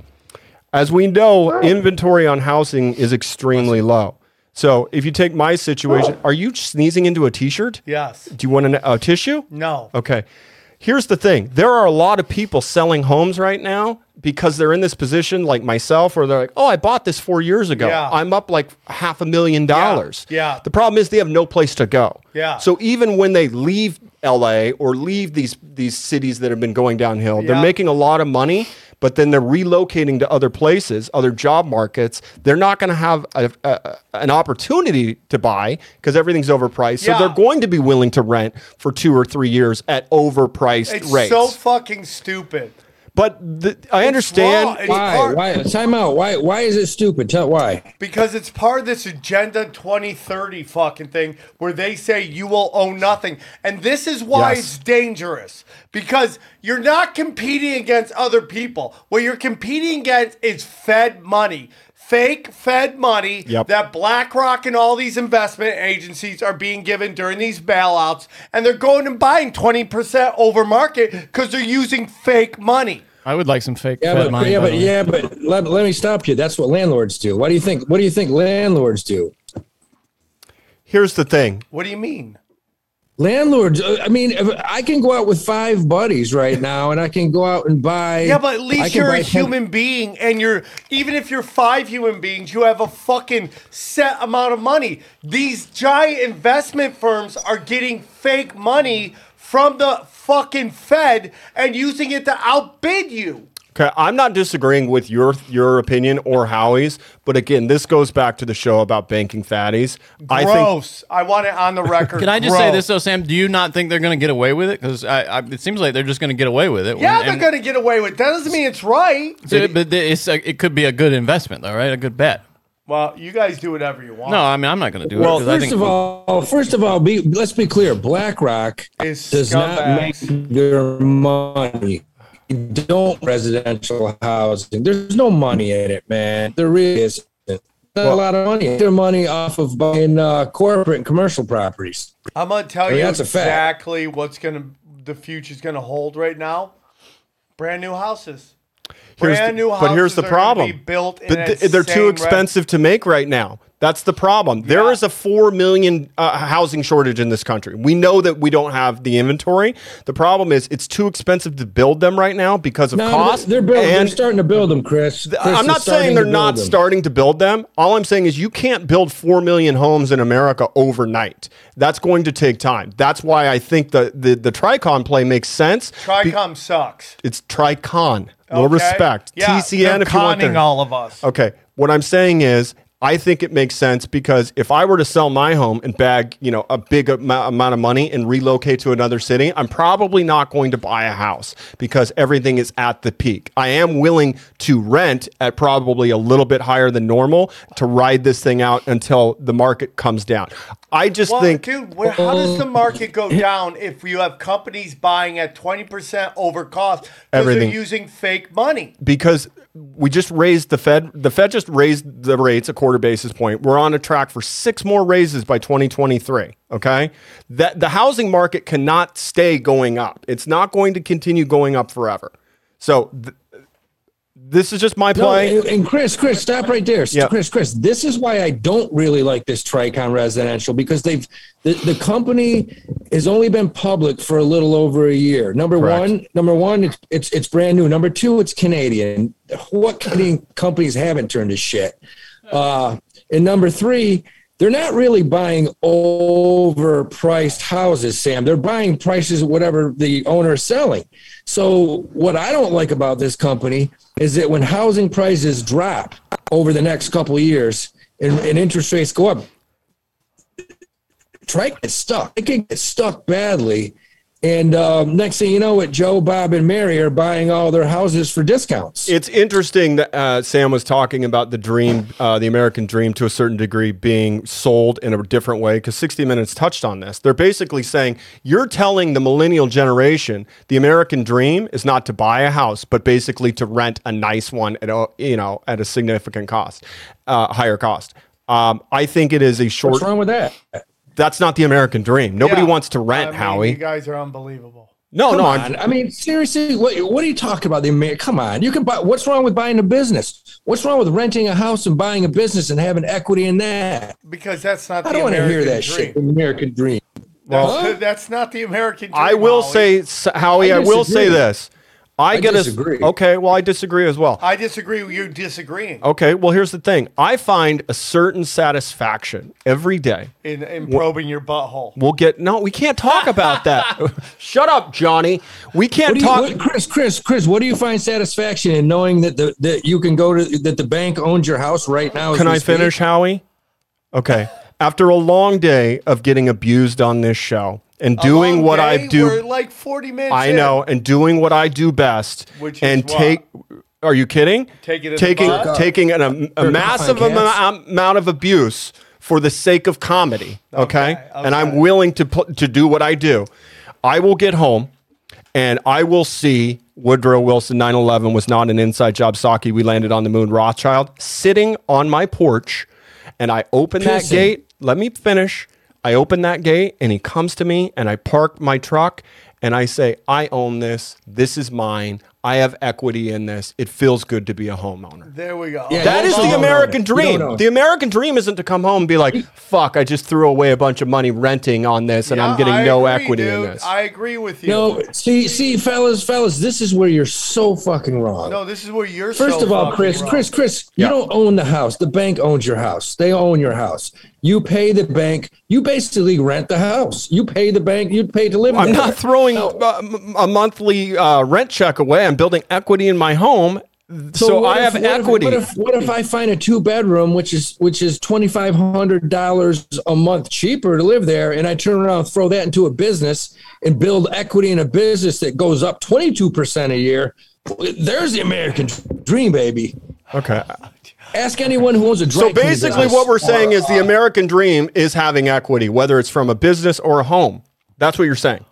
S1: As we know, inventory on housing is extremely low. So if you take my situation, are you sneezing into a T-shirt?
S3: Yes.
S1: Do you want an, a tissue?
S3: No.
S1: Okay. Here's the thing. There are a lot of people selling homes right now because they're in this position like myself where they're like, "Oh, I bought this 4 years ago.
S3: Yeah.
S1: I'm up like half a million dollars."
S3: yeah.
S1: The problem is they have no place to go.
S3: Yeah.
S1: So even when they leave LA or leave these these cities that have been going downhill,
S3: Yeah.
S1: they're making a lot of money, but then they're relocating to other places, other job markets. They're not going to have a, a, an opportunity to buy because everything's overpriced.
S3: Yeah.
S1: So they're going to be willing to rent for two or three years at overpriced
S3: It's
S1: rates.
S3: so fucking stupid.
S1: but the, I
S3: wrong.
S1: understand.
S3: It's
S2: Why?
S3: part-
S2: Why? Time out. Why? Why is it stupid? Tell why.
S3: Because it's part of this Agenda 2030 fucking thing where they say you will own nothing. And this is why
S1: Yes.
S3: it's dangerous because you're not competing against other people. What you're competing against is Fed money. Fake Fed money
S1: Yep.
S3: that BlackRock and all these investment agencies are being given during these bailouts, and they're going and buying 20% over market because they're using fake money.
S5: I would like some fake
S2: Yeah,
S5: Fed
S2: but
S5: money,
S2: yeah,
S5: by
S2: but
S5: the way.
S2: yeah, but let, let me stop you. That's what landlords do. What do you think? What do you think landlords do?
S1: Here's the thing.
S3: What do you mean?
S2: Landlords. uh, I mean, if I can go out with five buddies right now, and I can go out and buy.
S3: Yeah, but at
S2: I
S3: least
S2: can
S3: you're
S2: buy
S3: a
S2: ten- [LAUGHS]
S3: human being, and you're even if you're five human beings, you have a fucking set amount of money. These giant investment firms are getting fake money from the fucking Fed and using it to outbid you.
S1: Okay, I'm not disagreeing with your your opinion or Howie's, but again, this goes back to the show about banking fatties. I think
S3: Gross. I, want
S2: [LAUGHS]
S3: it on the record.
S5: Can I just say
S3: Gross.
S5: this though, Sam? Do you not think they're going to get away with it? Because I, I, it seems like they're just going to get away with it.
S3: Yeah,
S5: And-
S3: they're gonna get away with. it. That doesn't mean it's right.
S5: So, but th- it's a, it could be a good investment, though, right? A good bet.
S3: Well, you guys do whatever you want.
S5: No, I mean I'm not going to do
S1: Well,
S5: it. 'cause I
S2: First
S5: think
S2: of all, first of all, be let's be clear. BlackRock
S3: Is
S2: does not make
S3: scumbags.
S2: their money. You Don't residential housing. There's no money in it, man. There really isn't. Not a lot of money. Their money off of buying uh, corporate and commercial properties.
S3: I'm gonna tell
S2: mean,
S3: you
S2: that's Oh, a fact.
S3: exactly what's gonna the future's gonna hold right now. Brand new houses.
S1: Here's
S3: Brand
S1: the-
S3: new
S1: but here's
S3: houses
S1: the
S3: are gonna
S1: problem.
S3: be built in
S1: but
S3: that
S1: th- they're
S3: same
S1: too
S3: re-
S1: expensive to make right now. That's the problem. There
S3: Yeah.
S1: is a four million uh, housing shortage in this country. We know that we don't have the inventory. The problem is it's too expensive to build them right now because of
S2: No,
S1: cost.
S2: they're building. They're
S1: and-
S2: starting to build them, Chris. Chris
S1: I'm
S2: is
S1: not
S2: starting
S1: saying
S2: to
S1: they're
S2: build
S1: not
S2: them.
S1: starting to build them. All I'm saying is you can't build 4 million homes in America overnight. That's going to take time. That's why I think the the, the Tricon play makes sense.
S3: Tricom sucks.
S1: It's Tricon. No
S3: okay?
S1: respect.
S3: Yeah,
S1: TCN
S3: they're
S1: if you want
S3: conning
S1: their-
S3: all of us.
S1: Okay. What I'm saying is, I think it makes sense because if I were to sell my home and bag, you know, a big amou- amount of money and relocate to another city, I'm probably not going to buy a house because everything is at the peak. I am willing to rent at probably a little bit higher than normal to ride this thing out until the market comes down. I just
S3: Well,
S1: think
S3: dude, where, how does the market go down if you have companies buying at twenty percent over cost because they're
S1: Everything.
S3: using fake money?
S1: because we just raised the Fed. The Fed just raised the rates a quarter basis point. We're on a track for six more raises by 2023. Okay, that the housing market cannot stay going up. It's not going to continue going up forever. So th- this is just my
S2: No,
S1: play.
S2: and- and Chris, Chris, stop right there.
S1: Yeah.
S2: Chris, Chris, this is why I don't really like this Tricon Residential because they've the, the company has only been public for a little over a year. Number
S1: Correct.
S2: one, number one, it's, it's it's brand new. Number two, it's Canadian. What Canadian companies haven't turned to shit? Uh, and number three, they're not really buying overpriced houses, Sam. They're buying prices whatever the owner is selling. So what I don't like about this company is that when housing prices drop over the next couple of years and, and interest rates go up, Trike gets stuck. It can get stuck badly. And um, next thing you know, it Joe, Bob, and Mary are buying all their houses for discounts.
S1: It's interesting that uh, Sam was talking about the dream, uh, the American dream, to a certain degree being sold in a different way. Because 60 Minutes touched on this. They're basically saying you're telling the millennial generation the American dream is not to buy a house, but basically to rent a nice one at a, you know at a significant cost, uh, higher cost. Um, I think it is a short.
S2: What's wrong with that?
S1: That's not the American dream. Nobody
S3: Yeah.
S1: wants to rent,
S3: I mean,
S1: Howie.
S3: You guys are unbelievable.
S1: no, no,
S2: Come
S1: I'm,
S2: on. I mean, seriously, what, what are you talking about? The Amer- come on, you can buy. What's wrong with buying a business? What's wrong with renting a house and buying a business and having equity in that?
S3: Because that's not.
S2: I
S3: the
S2: don't want to hear
S3: American
S2: that
S3: dream.
S2: shit. The American dream.
S3: That's,
S2: Huh?
S3: [LAUGHS] that's not the American. Dream,
S1: I will
S3: Howie.
S1: say, s- Howie,
S2: I
S1: I, will say
S2: disagree.
S1: this. I, get
S2: disagree.
S1: a okay. Well, I disagree as well.
S3: I disagree with you disagreeing
S1: Okay, well, here's the thing. I find a certain satisfaction every day.
S3: in, in probing your butthole.
S1: We'll get no. We can't talk about that.
S2: [LAUGHS]
S1: Shut up, Johnny. We
S2: What
S1: can't
S2: do you,
S1: talk.
S2: what, Chris, Chris, Chris, what do you find satisfaction in knowing that the, that you can go to that the bank owns your house right now? as
S1: Can
S2: we
S1: I
S2: speak?
S1: finish, Howie? Okay. After a long day of getting abused on this show and doing
S3: Long
S1: what
S3: day,
S1: I do,
S3: We're like forty minutes.
S1: I
S3: in.
S1: know, and doing what I do best,
S3: Which is
S1: and
S3: what?
S1: take. Are you kidding?
S3: Take it in the
S1: taking
S3: butt?
S1: taking an, am- a
S2: Jerk
S1: massive
S2: off on cats.
S1: am- amount of abuse for the sake of comedy. Okay,
S3: Okay,
S1: and I'm
S3: okay.
S1: willing to pl- to do what I do. I will get home, and I will see Woodrow Wilson. 9/11 was not an inside job. Saki, we landed on the moon. Rothschild sitting on my porch, and I open that
S2: Pissing.
S1: gate. Let me finish. I open that gate and he comes to me and I park my truck and I say, I own this. This is mine. I have equity in this. It feels good to be a homeowner.
S3: There we go.
S2: Yeah,
S1: That
S2: you
S1: is
S2: don't
S1: the
S2: own
S1: American
S2: it. You don't own
S1: dream.
S2: it.
S1: The American dream isn't to come home and be like, fuck, I just threw away a bunch of money renting on this and I'm getting
S3: I
S1: no
S3: agree,
S1: equity in
S3: dude.
S1: this.
S3: I agree with you.
S2: No, see, see, fellas, fellas, this is where you're so fucking wrong.
S3: No, this is where you're.
S2: First
S3: so
S2: of all,
S3: fucking
S2: Chris,
S3: wrong.
S2: Chris, Chris,
S1: Yeah.
S2: you don't own the house. The bank owns your house. They own your house. You pay the bank. You basically rent the house. You pay the bank. You pay to live.
S1: I'm
S2: there.
S1: not throwing uh, m- a monthly uh, rent check away. I'm building equity in my home. So,
S2: what
S1: I
S2: if-
S1: have
S2: what if-
S1: equity.
S2: what, if, what if I find a two bedroom, which is which is twenty five hundred dollars a month cheaper to live there, and I turn around, and throw that into a business, and build equity in a business that goes up twenty two percent a year? There's the American dream, baby.
S1: okay.
S2: Ask anyone who owns a
S1: So
S2: dry cleaning
S1: basically,
S2: business.
S1: what we're saying is the American dream is having equity, whether it's from a business or a home. That's what you're saying.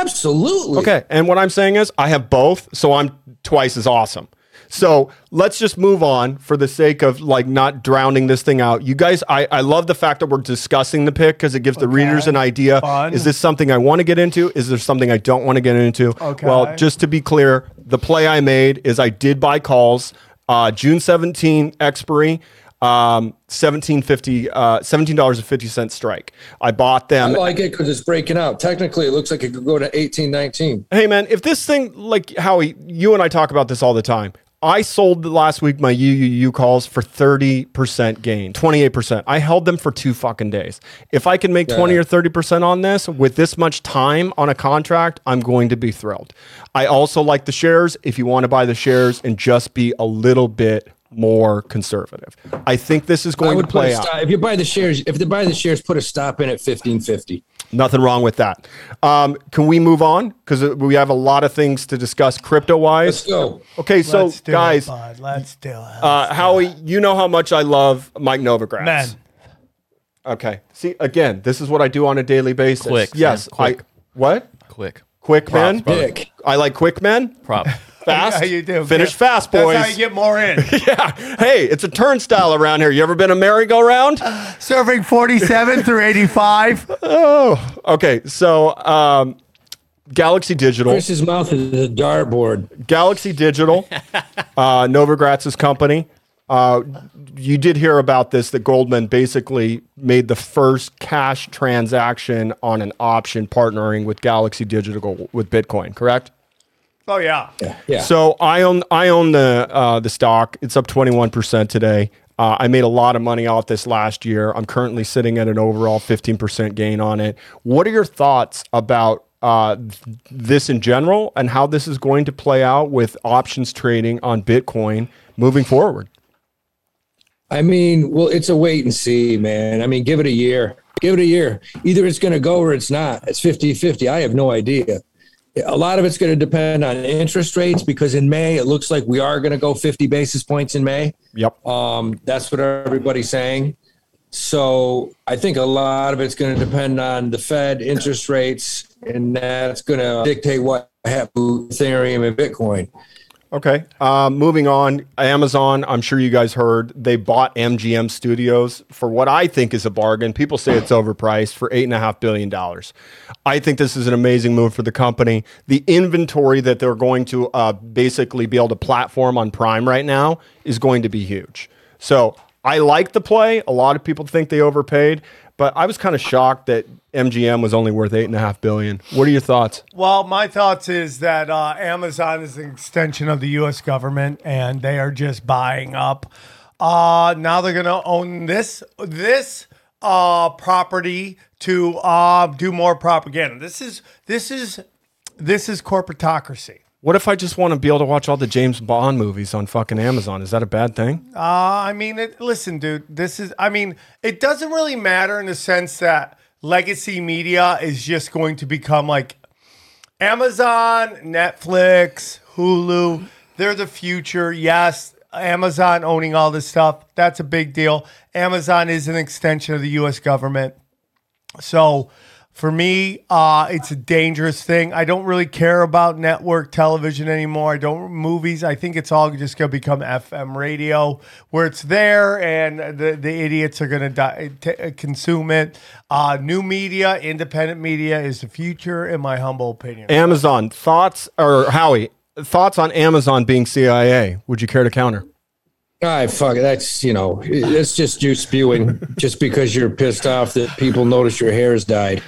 S2: absolutely
S1: Okay. And what I'm saying is, I have both, so I'm twice as awesome. So let's just move on for the sake of like not drowning this thing out. You guys, I, I love the fact that we're discussing the pick because it gives the readers an idea.
S3: Fun.
S1: Is this something I want to get into? Is there something I don't want to get into?
S3: Okay.
S1: Well, just to be clear, the play I made is I did buy calls. Uh, June 17 expiry, um, 1750, uh, $17.50 strike. I bought
S2: I
S1: them.
S2: like it because it's breaking out. Technically, it looks like it could go to eighteen, nineteen.
S1: hey, man, if this thing, like Howie, you and I talk about this all the time. I sold the last week my UUU calls for 30% gain, 28%. I held them for two fucking days. If I can make 20 or 30% on this with this much time on a contract, I'm going to be thrilled. I also like the shares if you want to buy the shares and just be a little bit more conservative. I think this is
S2: I
S1: going to
S2: would put
S1: play
S2: a
S1: out.
S2: stop, if you buy the shares. If they buy the shares, put a stop in at fifteen fifty.
S1: Nothing wrong with that. Um, can we move on? Because we have a lot of things to discuss crypto
S2: Let's
S1: wise.
S2: go.
S1: Okay, so
S3: Let's do
S1: guys,
S3: it, bud. let's do it.
S1: uh, Howie, you know how much I love Mike Novogratz.
S3: Man,
S1: Okay. See, again, this is what I do on a daily basis.
S5: Quick, Sam,
S1: Yes.
S5: quick.
S1: I what?
S5: Quick.
S1: Quick man.
S5: Props, brother.
S2: Dick.
S1: I like quick men.
S5: Prop.
S1: Fast.
S3: how you do?
S1: Finish
S3: Yeah.
S1: fast, boys.
S3: That's how you get more
S1: [LAUGHS]
S3: in.
S1: hey, it's a turnstile around here. You ever been a merry-go-round?
S3: Serving 47 through 85.
S1: Oh, okay. So, um, Galaxy Digital.
S2: Chris's mouth is a dartboard.
S1: Galaxy Digital, uh, Novogratz's company. Uh, you did hear about this that Goldman basically made the first cash transaction on an option partnering with Galaxy Digital with Bitcoin, correct?
S3: Oh, yeah.
S2: Yeah.
S1: So I own I own the uh, the stock. It's up twenty one percent today. Uh, I made a lot of money off this last year. I'm currently sitting at an overall fifteen percent gain on it. What are your thoughts about uh, th- this in general and how this is going to play out with options trading on Bitcoin moving forward?
S2: I mean, well, it's a wait and see, man. I mean, give it a year. Give it a year. Either it's going to go or it's not. It's 50 50. I have no idea. A lot of it's going to depend on interest rates because in May, it looks like we are going to go 50 basis points in May.
S1: Yep.
S2: Um, that's what everybody's saying. So I think a lot of it's going to depend on the Fed interest rates, and that's going to dictate what happens with Ethereum and Bitcoin.
S1: Okay. Um, moving on, Amazon. I'm sure you guys heard they bought MGM Studios for what I think is a bargain. People say it's overpriced for eight and a half billion dollars. I think this is an amazing move for the company. The inventory that they're going to uh, basically be able to platform on Prime right now is going to be huge. So I like the play. A lot of people think they overpaid, but I was kind of shocked that MGM was only worth eight and a half billion. What are your thoughts?
S3: Well, my thoughts is that uh, Amazon is an extension of the U.S. government, and they are just buying up. Uh, now they're going to own this this uh, property to uh, do more propaganda. This is this is this is corporatocracy.
S1: What if I just want to be able to watch all the James Bond movies on fucking Amazon? Is that a bad thing?
S3: Uh, I mean, it, listen, dude, this is, I mean, it doesn't really matter in the sense that legacy media is just going to become like Amazon, Netflix, Hulu. They're the future. Yes, Amazon owning all this stuff, that's a big deal. Amazon is an extension of the US government. So for me, uh, it's a dangerous thing. I don't really care about network television anymore. I don't movies. I think it's all just going to become FM radio, where it's there and the, the idiots are going to die, t- consume it. Uh, new media, independent media is the future, in my humble opinion.
S1: Amazon thoughts or Howie thoughts on Amazon being CIA? Would you care to counter?
S2: I Ah, fuck. That's you know, it's just you spewing just because you're pissed off that people notice your hair's dyed.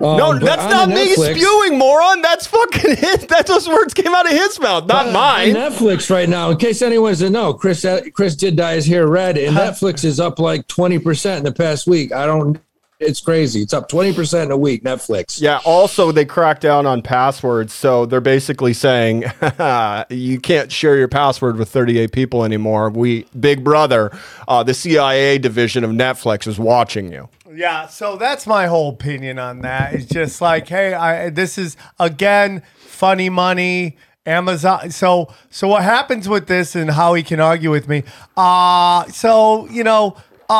S2: Um,
S1: No,
S2: but
S1: that's
S2: on
S1: not
S2: the
S1: me
S2: Netflix-
S1: spewing, moron. That's fucking [LAUGHS] his. That's those words came out of his mouth, not
S2: On
S1: mine.
S2: Netflix right now, in case anyone's to know, Chris uh, Chris did dye his hair red, and Netflix is up like twenty percent in the past week. I don't. It's crazy. It's up twenty percent in a week. Netflix.
S1: Yeah. Also, they cracked down on passwords, so they're basically saying [LAUGHS] you can't share your password with 38 people anymore. We, Big Brother, uh, the CIA division of Netflix, is watching you.
S3: Yeah, so that's my whole opinion on that. It's just like, hey, I this is again funny money. Amazon. So so what happens with this and how he can argue with me? Uh so you know.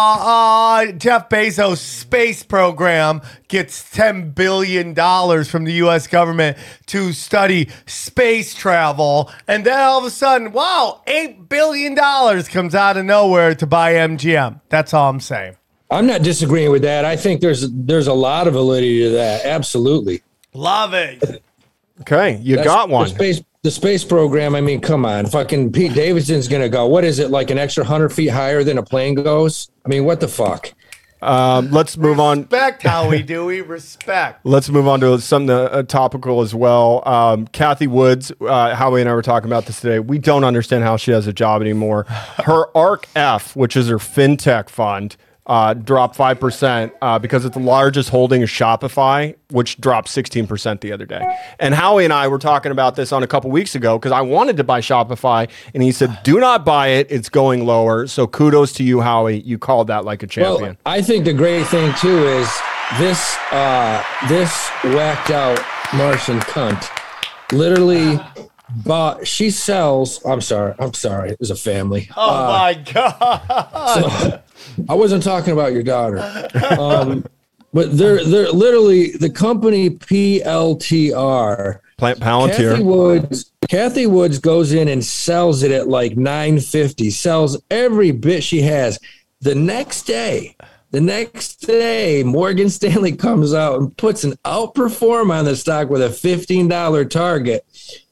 S3: Uh, uh, Jeff Bezos' space program gets ten billion dollars from the U.S. government to study space travel, and then all of a sudden, wow, eight billion dollars comes out of nowhere to buy MGM. That's all I'm saying.
S2: I'm not disagreeing with that. I think there's there's a lot of validity to that. Absolutely.
S3: Love it.
S1: Okay, you
S2: That's-
S1: got one.
S2: The space, the space program, I mean, come on, fucking Pete Davidson's gonna go. What is it like an extra hundred feet higher than a plane goes? I mean, what the fuck?
S1: Um, let's move on.
S3: Respect how we do.
S5: [LAUGHS]
S3: We respect.
S1: Let's move on to something uh, topical as well. Um, Kathy Woods, uh, Howie and I were talking about this today. We don't understand how she has a job
S2: [LAUGHS]
S1: anymore. Her ARC F, which is her fintech fund, uh, dropped 5% uh, because it's the largest holding is Shopify, which dropped 16% the other day. And Howie and I were talking about this on a couple weeks ago because I wanted to buy Shopify. And he said, do not buy it. It's going lower. So kudos to you, Howie. You called that like a champion.
S2: Well, I think the great thing too is this uh, this whacked out Martian cunt literally bought. She sells. I'm sorry. I'm sorry. It was a family.
S3: Oh my god.
S2: I wasn't talking about your daughter. Um, but they're they're literally the company PLTR.
S1: Plant
S2: Kathy
S1: Palantir.
S2: Woods. Kathy Woods goes in and sells it at like nine fifty. Sells every bit she has. The next day, the next day, Morgan Stanley [LAUGHS] comes out and puts an outperform on the stock with a fifteen dollar target.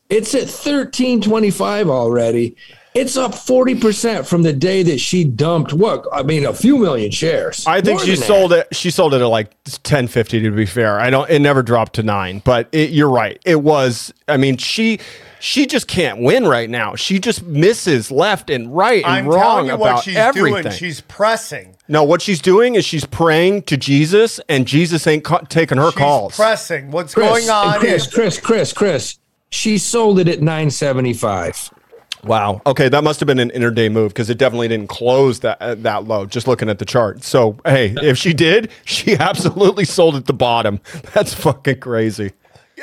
S2: It's at thirteen twenty five already. It's up forty percent from the day that she dumped. What I mean, a few million shares.
S1: I think
S2: More
S1: she
S2: than that.
S1: sold it. She sold it at like ten fifty. To be fair, I don't. It never dropped to nine, but it, you're right. It was. I mean, she she just can't win right now. She just misses left and right and
S3: I'm
S1: wrong
S3: telling you
S1: about
S3: what she's
S1: everything.
S3: doing. She's pressing.
S1: no, what she's doing is she's praying to Jesus, and Jesus ain't ca- taking her
S3: She's
S1: calls.
S3: pressing. What's
S2: Chris,
S3: going on?
S2: Chris,
S3: is-
S2: Chris, Chris, Chris. She sold it at nine seventy five.
S1: wow. Okay, that must have been an interday move because it definitely didn't close that uh, that low. Just looking at the chart. So hey, if she did, [LAUGHS] she absolutely sold at the bottom. That's fucking crazy.
S3: [LAUGHS]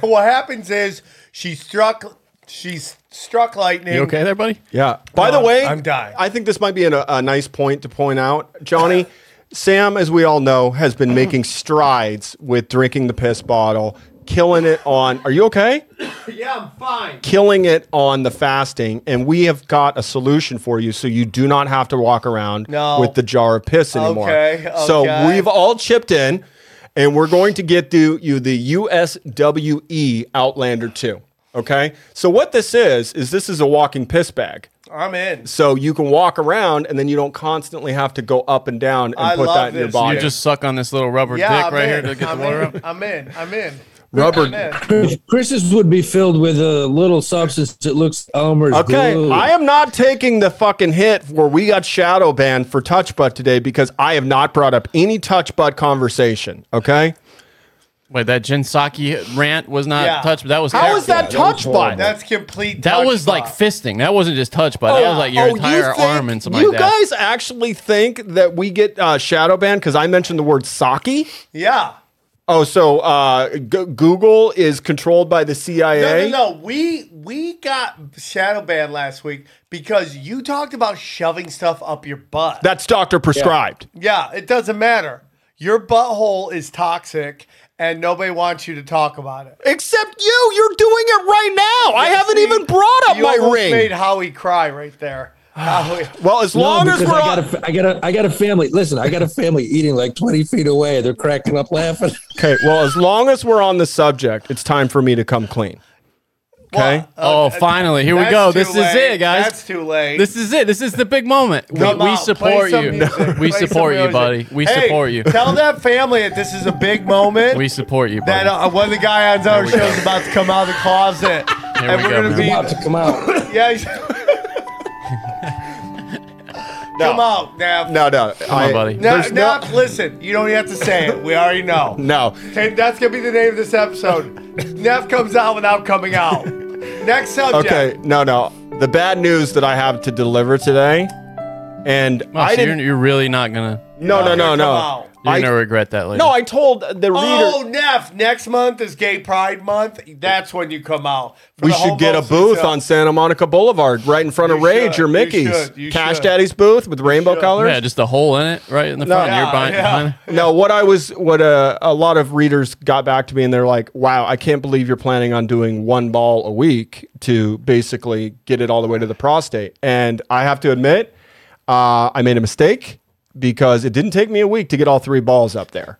S3: what happens is she struck. She's struck lightning.
S5: You okay there, buddy?
S1: Yeah. By
S3: No,
S1: the way,
S3: I'm dying.
S1: I think this might be an, a nice point to point out,
S3: [LAUGHS]
S1: Johnny. Sam, as we all know, has been making strides with drinking the piss bottle, killing it on. Are you okay?
S3: Yeah, I'm fine.
S1: Killing it on the fasting, and we have got a solution for you, so you do not have to walk around
S3: No.
S1: with the jar of piss anymore.
S3: Okay,
S1: So
S3: okay.
S1: we've all chipped in, and we're going to get the, you the USWE E Outlander two. Okay. So what this is is this is a walking piss bag.
S3: I'm in.
S1: So you can walk around and then you don't constantly have to go up and down and
S3: I
S1: put
S3: love
S1: that in your
S3: this.
S1: body.
S5: You just suck on this little rubber
S3: Yeah,
S5: dick
S3: I'm
S5: right
S3: in.
S5: here to get
S3: I'm
S5: the water
S3: in.
S5: up.
S3: I'm in. I'm in.
S1: Rubber-
S5: [LAUGHS]
S3: I'm in.
S2: Chris, Chris's would be filled with a little substance that looks Elmer's
S1: okay,
S2: glue.
S1: I am not taking the fucking hit where we got shadow banned for touch butt today because I have not brought up any touch butt conversation. Okay,
S5: Wait, that Jinsaki rant was not
S3: Yeah.
S5: touched. That was
S1: how is
S5: terrible.
S1: that touch butt?
S3: That's complete.
S5: That
S3: touch
S5: was like
S3: spot.
S5: fisting. That wasn't just touch, but that was like your
S1: Oh, you
S5: entire
S1: think-
S5: arm and something
S1: You
S5: like that.
S1: guys actually think that we get uh, shadow banned because I mentioned the word sake?
S3: Yeah.
S1: Oh, so uh, G- Google is controlled by the CIA.
S3: No, no, no. We we got shadow banned last week because you talked about shoving stuff up your butt.
S1: That's doctor prescribed.
S3: yeah, it doesn't matter. Your butthole is toxic, and nobody wants you to talk about it.
S1: Except you, you're doing it right now. I haven't
S3: See,
S1: even brought up
S3: you
S1: my
S3: almost
S1: ring.
S3: Made Howie cry right
S5: [SIGHS]
S3: there. Howie.
S1: well, as
S2: No,
S1: long as
S2: because
S1: we're
S2: I
S1: on,
S2: got, a, I got a, I got a family. Listen, I got a family eating like twenty feet away. They're cracking up laughing. [LAUGHS]
S1: okay. Well, as long as we're on the subject, it's time for me to come clean. Okay.
S3: Well, uh,
S5: Oh, finally, here we
S3: that's
S5: go.
S3: too
S5: This is
S3: late.
S5: it, guys.
S3: That's too late.
S5: This is it. This is the big moment. We,
S3: Come
S5: we
S3: on, play
S5: support
S3: some
S5: you.
S3: music.
S5: [LAUGHS] We
S3: Play some
S5: support you,
S3: music.
S5: buddy. We
S3: Hey,
S5: support you.
S3: Tell that family that this is a big moment.
S5: We support you, buddy.
S3: that uh, one of the guy on our
S5: we
S3: show
S5: go.
S3: is about to come out of the
S5: [LAUGHS]
S3: closet,
S5: Here
S3: and
S5: we
S3: we're
S5: go,
S3: gonna
S5: man.
S2: About to come out.
S3: [LAUGHS] be yeah. he's- [LAUGHS] Come out now.
S1: No, no, come
S5: on, buddy.
S3: Now,
S1: There's
S3: now,
S1: no,
S3: listen. You don't have to say it. We already know.
S1: [LAUGHS] no.
S3: And that's gonna be the name of this episode. Neff comes out without coming out. Next subject.
S1: Okay, no, no. The bad news that I have to deliver today, and
S5: Oh,
S1: I
S5: so
S1: didn't.
S5: you're, you're really not gonna.
S1: No, no, no,
S3: Come
S1: no.
S3: out.
S5: You're
S1: I-
S5: gonna regret that later.
S1: No, I told the reader.
S3: Oh, Neff, next month is Gay Pride Month. That's when you come out. For
S1: we
S3: the
S1: should get a
S3: homos
S1: booth
S3: themselves.
S1: on Santa Monica Boulevard, right in front of
S3: You
S1: Rage
S3: should,
S1: or
S3: you
S1: Mickey's.
S3: should, you
S1: Cash
S3: should.
S1: Daddy's booth with rainbow
S3: should.
S1: colors.
S5: Yeah, just a hole in it, right in the
S1: No.
S5: front.
S3: Yeah,
S5: you're behind,
S3: yeah.
S5: behind it.
S1: No, what I was, what uh, a, a lot of readers got back to me and they're like, wow, I can't believe you're planning on doing one ball a week to basically get it all the way to the prostate. And I have to admit, uh, I made a mistake. because it didn't take me a week to get all three balls up there.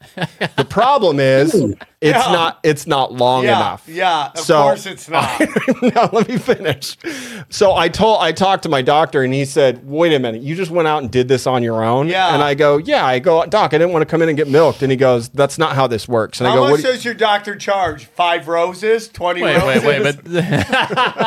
S1: the problem
S3: [LAUGHS]
S1: is it's not it's not long
S3: yeah,
S1: enough.
S3: Yeah, of
S1: [LAUGHS]
S3: course it's not.
S1: no, let me finish. So I told I talked to my doctor and he said, "Wait a minute, you just went out and did this on your own."
S3: Yeah.
S1: And I go, "Yeah." I go, "Doc, I didn't want to come in and get milked." And he goes, "That's not how this works." And I
S3: How
S1: go,
S3: much
S1: "What?" do you-
S3: does your doctor charge? Five roses, twenty
S5: Wait,
S3: roses.
S5: wait, wait,
S3: [LAUGHS]
S5: [LAUGHS] but
S1: [LAUGHS]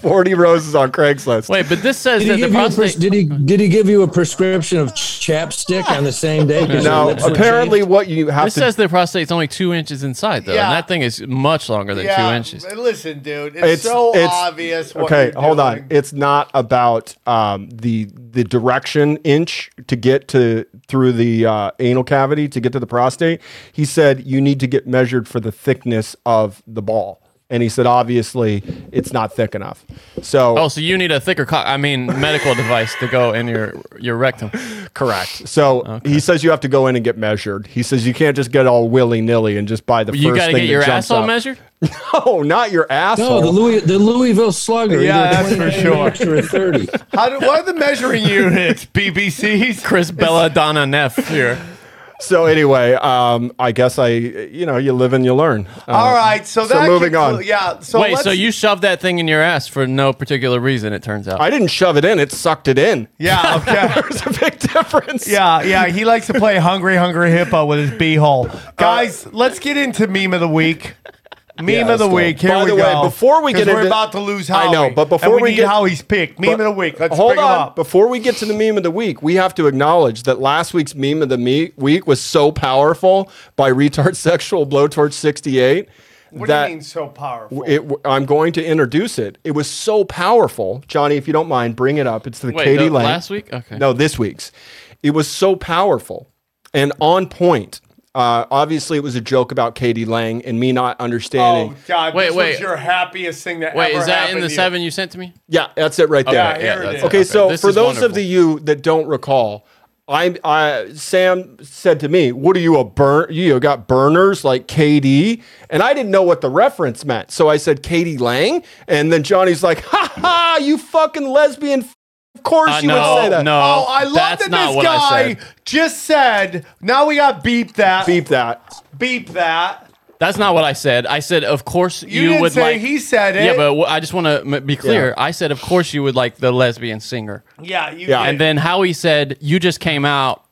S1: Forty roses on Craigslist.
S5: wait, but this says
S2: Did he,
S5: that the
S2: give you a pres-
S5: prostate.
S2: did he did he give you a prescription of chapstick on the same day? 'Cause your
S1: Now,
S2: lips were
S1: apparently,
S2: changed?
S1: what you have
S5: This
S1: to
S5: says the prostate's only two inches inside though,
S3: Yeah.
S5: and that thing is much longer than
S3: yeah,
S5: two inches.
S3: but Listen, dude, it's, so obvious. What
S1: okay,
S3: you're
S1: hold
S3: doing.
S1: on. It's not about um, the the direction inch to get to through the uh, anal cavity to get to the prostate. He said you need to get measured for the thickness of the ball, and he said obviously it's not thick enough. So
S5: Oh, so you need a thicker cock? I mean, medical device to go in your your rectum.
S1: correct. So he says you have to go in and get measured. He says you can't just get all willy nilly and just buy the
S5: You
S1: first
S5: got to
S1: thing
S5: get
S1: that
S5: your
S1: jumps
S5: asshole
S1: up.
S5: measured.
S1: No, not your
S2: No,
S1: asshole.
S2: the Louis the Louisville Slugger.
S3: Yeah,
S2: either
S3: that's for
S2: 29
S3: sure.
S2: extra or thirty.
S3: How do, what are
S1: [LAUGHS]
S3: the measuring units? BBCs.
S5: Chris Belladonna Neff here.
S1: so anyway, um, I guess I you know you live and you learn. Um,
S3: All right, so,
S1: so
S3: that
S1: moving on.
S3: conclu- Yeah. So
S5: Wait,
S3: let's-
S5: so you shoved that thing in your ass for no particular reason? It turns out.
S1: I didn't shove it in; it sucked it in. [LAUGHS]
S3: Yeah.
S5: [LAUGHS]
S3: Okay.
S1: There's a big difference.
S3: Yeah, yeah, he likes to play hungry, hungry hippo with his
S1: [LAUGHS]
S3: beehole. Guys, let's get into meme of the week. Meme
S1: Yeah,
S3: of the
S1: let's go.
S3: week. Here
S1: By
S3: we
S1: the way,
S3: go.
S1: before we
S3: 'Cause
S1: get
S3: we're
S1: into-
S3: about to lose
S1: I
S3: Howie.
S1: know, but before
S3: and we,
S1: we
S3: need
S1: get-
S3: Howie's pick. Meme
S1: But
S3: of the week. Let's
S1: hold
S3: bring
S1: on.
S3: him up.
S1: Before we get to the meme of the week, we have to acknowledge that last week's meme of the me- week was so powerful by retard [LAUGHS] sexual blowtorch 68
S3: What
S1: that
S3: do you mean so powerful?
S1: it, I'm going to introduce it. It was so powerful, Johnny. If you don't mind, bring it up. It's the
S5: Wait,
S1: Katie
S5: the-
S1: Lang.
S5: last week? Okay.
S1: No, this week's. It was so powerful and on point. Uh, obviously, it was a joke about Katie Lang and me not understanding.
S3: oh God!
S5: Wait,
S3: this was
S5: wait.
S3: your happiest thing that
S5: Wait,
S3: ever
S5: is that in
S3: happened
S5: the
S3: to you.
S5: seven you sent to me?
S1: Yeah, that's it right there.
S3: Yeah, here it
S5: that's
S3: is.
S5: it.
S1: Okay, so
S5: This
S1: for
S5: is
S1: those of
S5: wonderful.
S1: the you that don't recall, I, I Sam said to me, "What are you a burn? You got burners like KD?" And I didn't know what the reference meant, so I said KD Lang, and then Johnny's like, "Ha ha, you fucking lesbian! F- of course
S5: Uh,
S1: you would say that."
S5: no.
S3: Oh, I love
S5: That's
S3: that
S5: not
S3: this
S5: what I
S3: guy
S5: said.
S3: just said. Now we got beep that.
S1: Beep that.
S3: Beep that.
S5: That's not what I said. I said, of course
S3: You,
S5: you,
S3: didn't
S5: would
S3: say
S5: like.
S3: he said it.
S5: yeah, but wh- I just want to m- be clear. I said, of course you would like the lesbian singer.
S3: yeah, you
S1: Yeah.
S3: did.
S5: And then Howie said, you just came out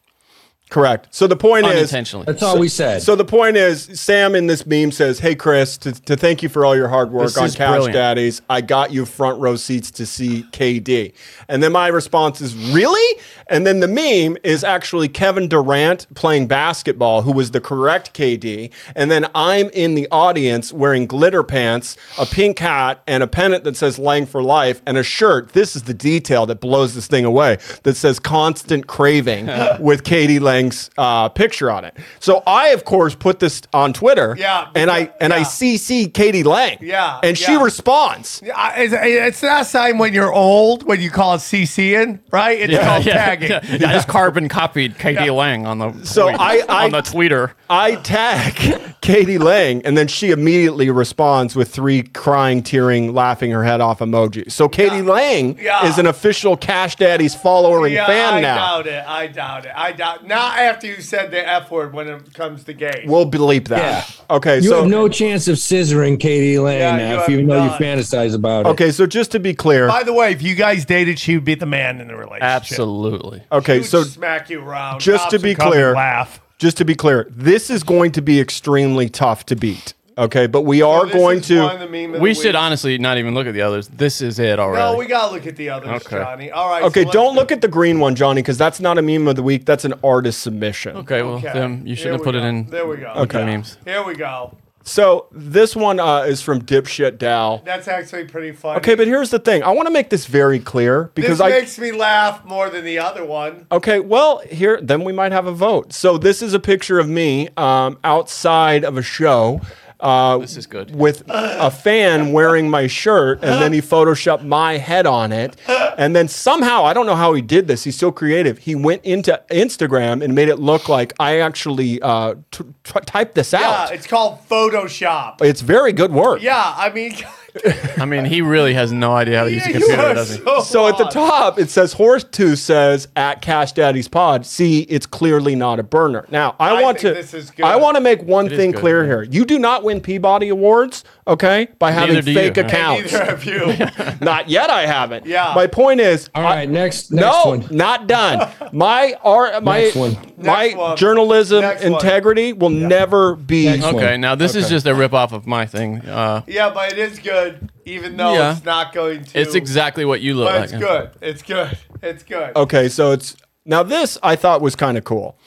S1: Correct. So the point is,
S5: unintentionally.
S3: [LAUGHS]
S2: That's all we said.
S1: So the point is, Sam in this meme says, "Hey Chris, to, to thank you for all your hard work
S5: This
S1: on
S5: is
S1: Couch
S5: brilliant.
S1: Daddies. I got you front row seats to see KD." And then my response is, "Really?" And then the meme is actually Kevin Durant playing basketball, who was the correct KD. And then I'm in the audience wearing glitter pants, a pink hat, and a pennant that says "Lang for Life," and a shirt. This is the detail that blows this thing away. That says "Constant
S3: [LAUGHS]
S1: Craving" with KD Lang's uh, picture on it. So I, of course, put this on Twitter.
S3: Yeah,
S1: And I and I
S3: yeah.
S1: CC Katie Lang.
S3: Yeah,
S1: And she
S3: yeah.
S1: responds.
S3: I- it's, it's not a sign when you're old when you call it CCing, right? It's called [LAUGHS] tagging.
S5: yeah. I just carbon copied KD Lang on the
S1: So
S5: tweet-
S1: I- I-
S5: [LAUGHS] on the Twitter.
S1: I tag [LAUGHS] Katie Lang, and then she immediately responds with three crying, tearing, laughing her head off emojis. So Katie Lang
S3: Yeah.
S1: is an official Cash Daddy's follower and
S3: Yeah,
S1: fan
S3: I
S1: now.
S3: doubt it. I doubt it. I doubt. Not after you said the F word when it comes to gays.
S1: We'll bleep that. Okay,
S2: you
S1: so
S2: have no chance of scissoring Katie Lane
S3: Yeah, you
S2: now, if
S3: have
S2: you know
S3: not.
S2: you fantasize about it.
S1: okay, so just to be clear.
S3: By the way, if you guys dated, she would be the man in the relationship.
S5: Absolutely.
S1: Okay,
S3: She'd
S1: so
S3: smack you around.
S1: just
S3: Cops
S1: to
S3: would
S1: be
S3: come and
S1: clear-
S3: laugh.
S1: just to be clear, this is going to be extremely tough to beat. Okay, but we are
S3: This
S1: going
S3: is
S1: to.
S3: one of the meme of the
S5: We
S3: week.
S5: should honestly not even look at the others. This is it already.
S3: No, we gotta look at the others,
S5: Okay.
S3: Johnny. All right.
S1: Okay,
S3: so
S1: don't
S3: let's-
S1: look at the green one, Johnny, because that's not a meme of the week. That's an artist submission.
S5: [LAUGHS] okay, well,
S3: Okay,
S5: then you
S3: here
S5: shouldn't have
S3: we
S5: put it
S3: go.
S5: in.
S3: There we go.
S5: Okay. Memes.
S3: Here we go.
S1: So this one uh, is from Dipshit Dow.
S3: That's actually pretty funny.
S1: Okay, but here's the thing. I want to make this very clear because
S3: this
S1: I.
S3: makes me laugh more than the other one.
S1: okay, well, here then we might have a vote. So this is a picture of me um, outside of a show. Uh,
S5: This is good.
S1: with a fan wearing my shirt and then he photoshopped my head on it and then somehow i don't know how he did this he's so creative he went into instagram and made it look like i actually uh, t- t- typed this
S3: Yeah,
S1: out
S3: it's called Photoshop.
S1: it's very good work
S3: Yeah, I mean, [LAUGHS]
S5: I mean, he really has no idea how to use a
S3: Yeah,
S5: computer, does he?
S1: So at the
S3: odd.
S1: top, it says Horsetooth says at Cash Daddy's Pod. See, it's clearly not a burner. Now I,
S3: I
S1: want
S3: think
S1: to.
S3: this is good.
S1: I want to make one
S5: is
S1: thing
S5: good,
S1: clear
S5: yeah.
S1: here. You do not win Peabody Awards, okay? By having
S5: do
S1: fake
S5: you, huh?
S1: accounts.
S3: Neither of you.
S1: [LAUGHS]
S3: [LAUGHS]
S1: not yet. I haven't.
S3: Yeah.
S1: My point is.
S2: All right, next next
S1: no,
S2: one.
S1: not
S3: [LAUGHS]
S1: done. My art, my
S2: Next one.
S1: my
S3: Next one.
S1: journalism
S3: Next one.
S1: integrity will never be.
S2: Next one.
S5: Okay, now this is just a rip off of my thing. Uh,
S3: yeah, but it is good, even though
S5: Yeah.
S3: it's not going to.
S5: it's exactly what you look
S3: But
S5: like.
S3: it's good. It's good. It's good.
S1: Okay, so it's now this I thought was kind of cool.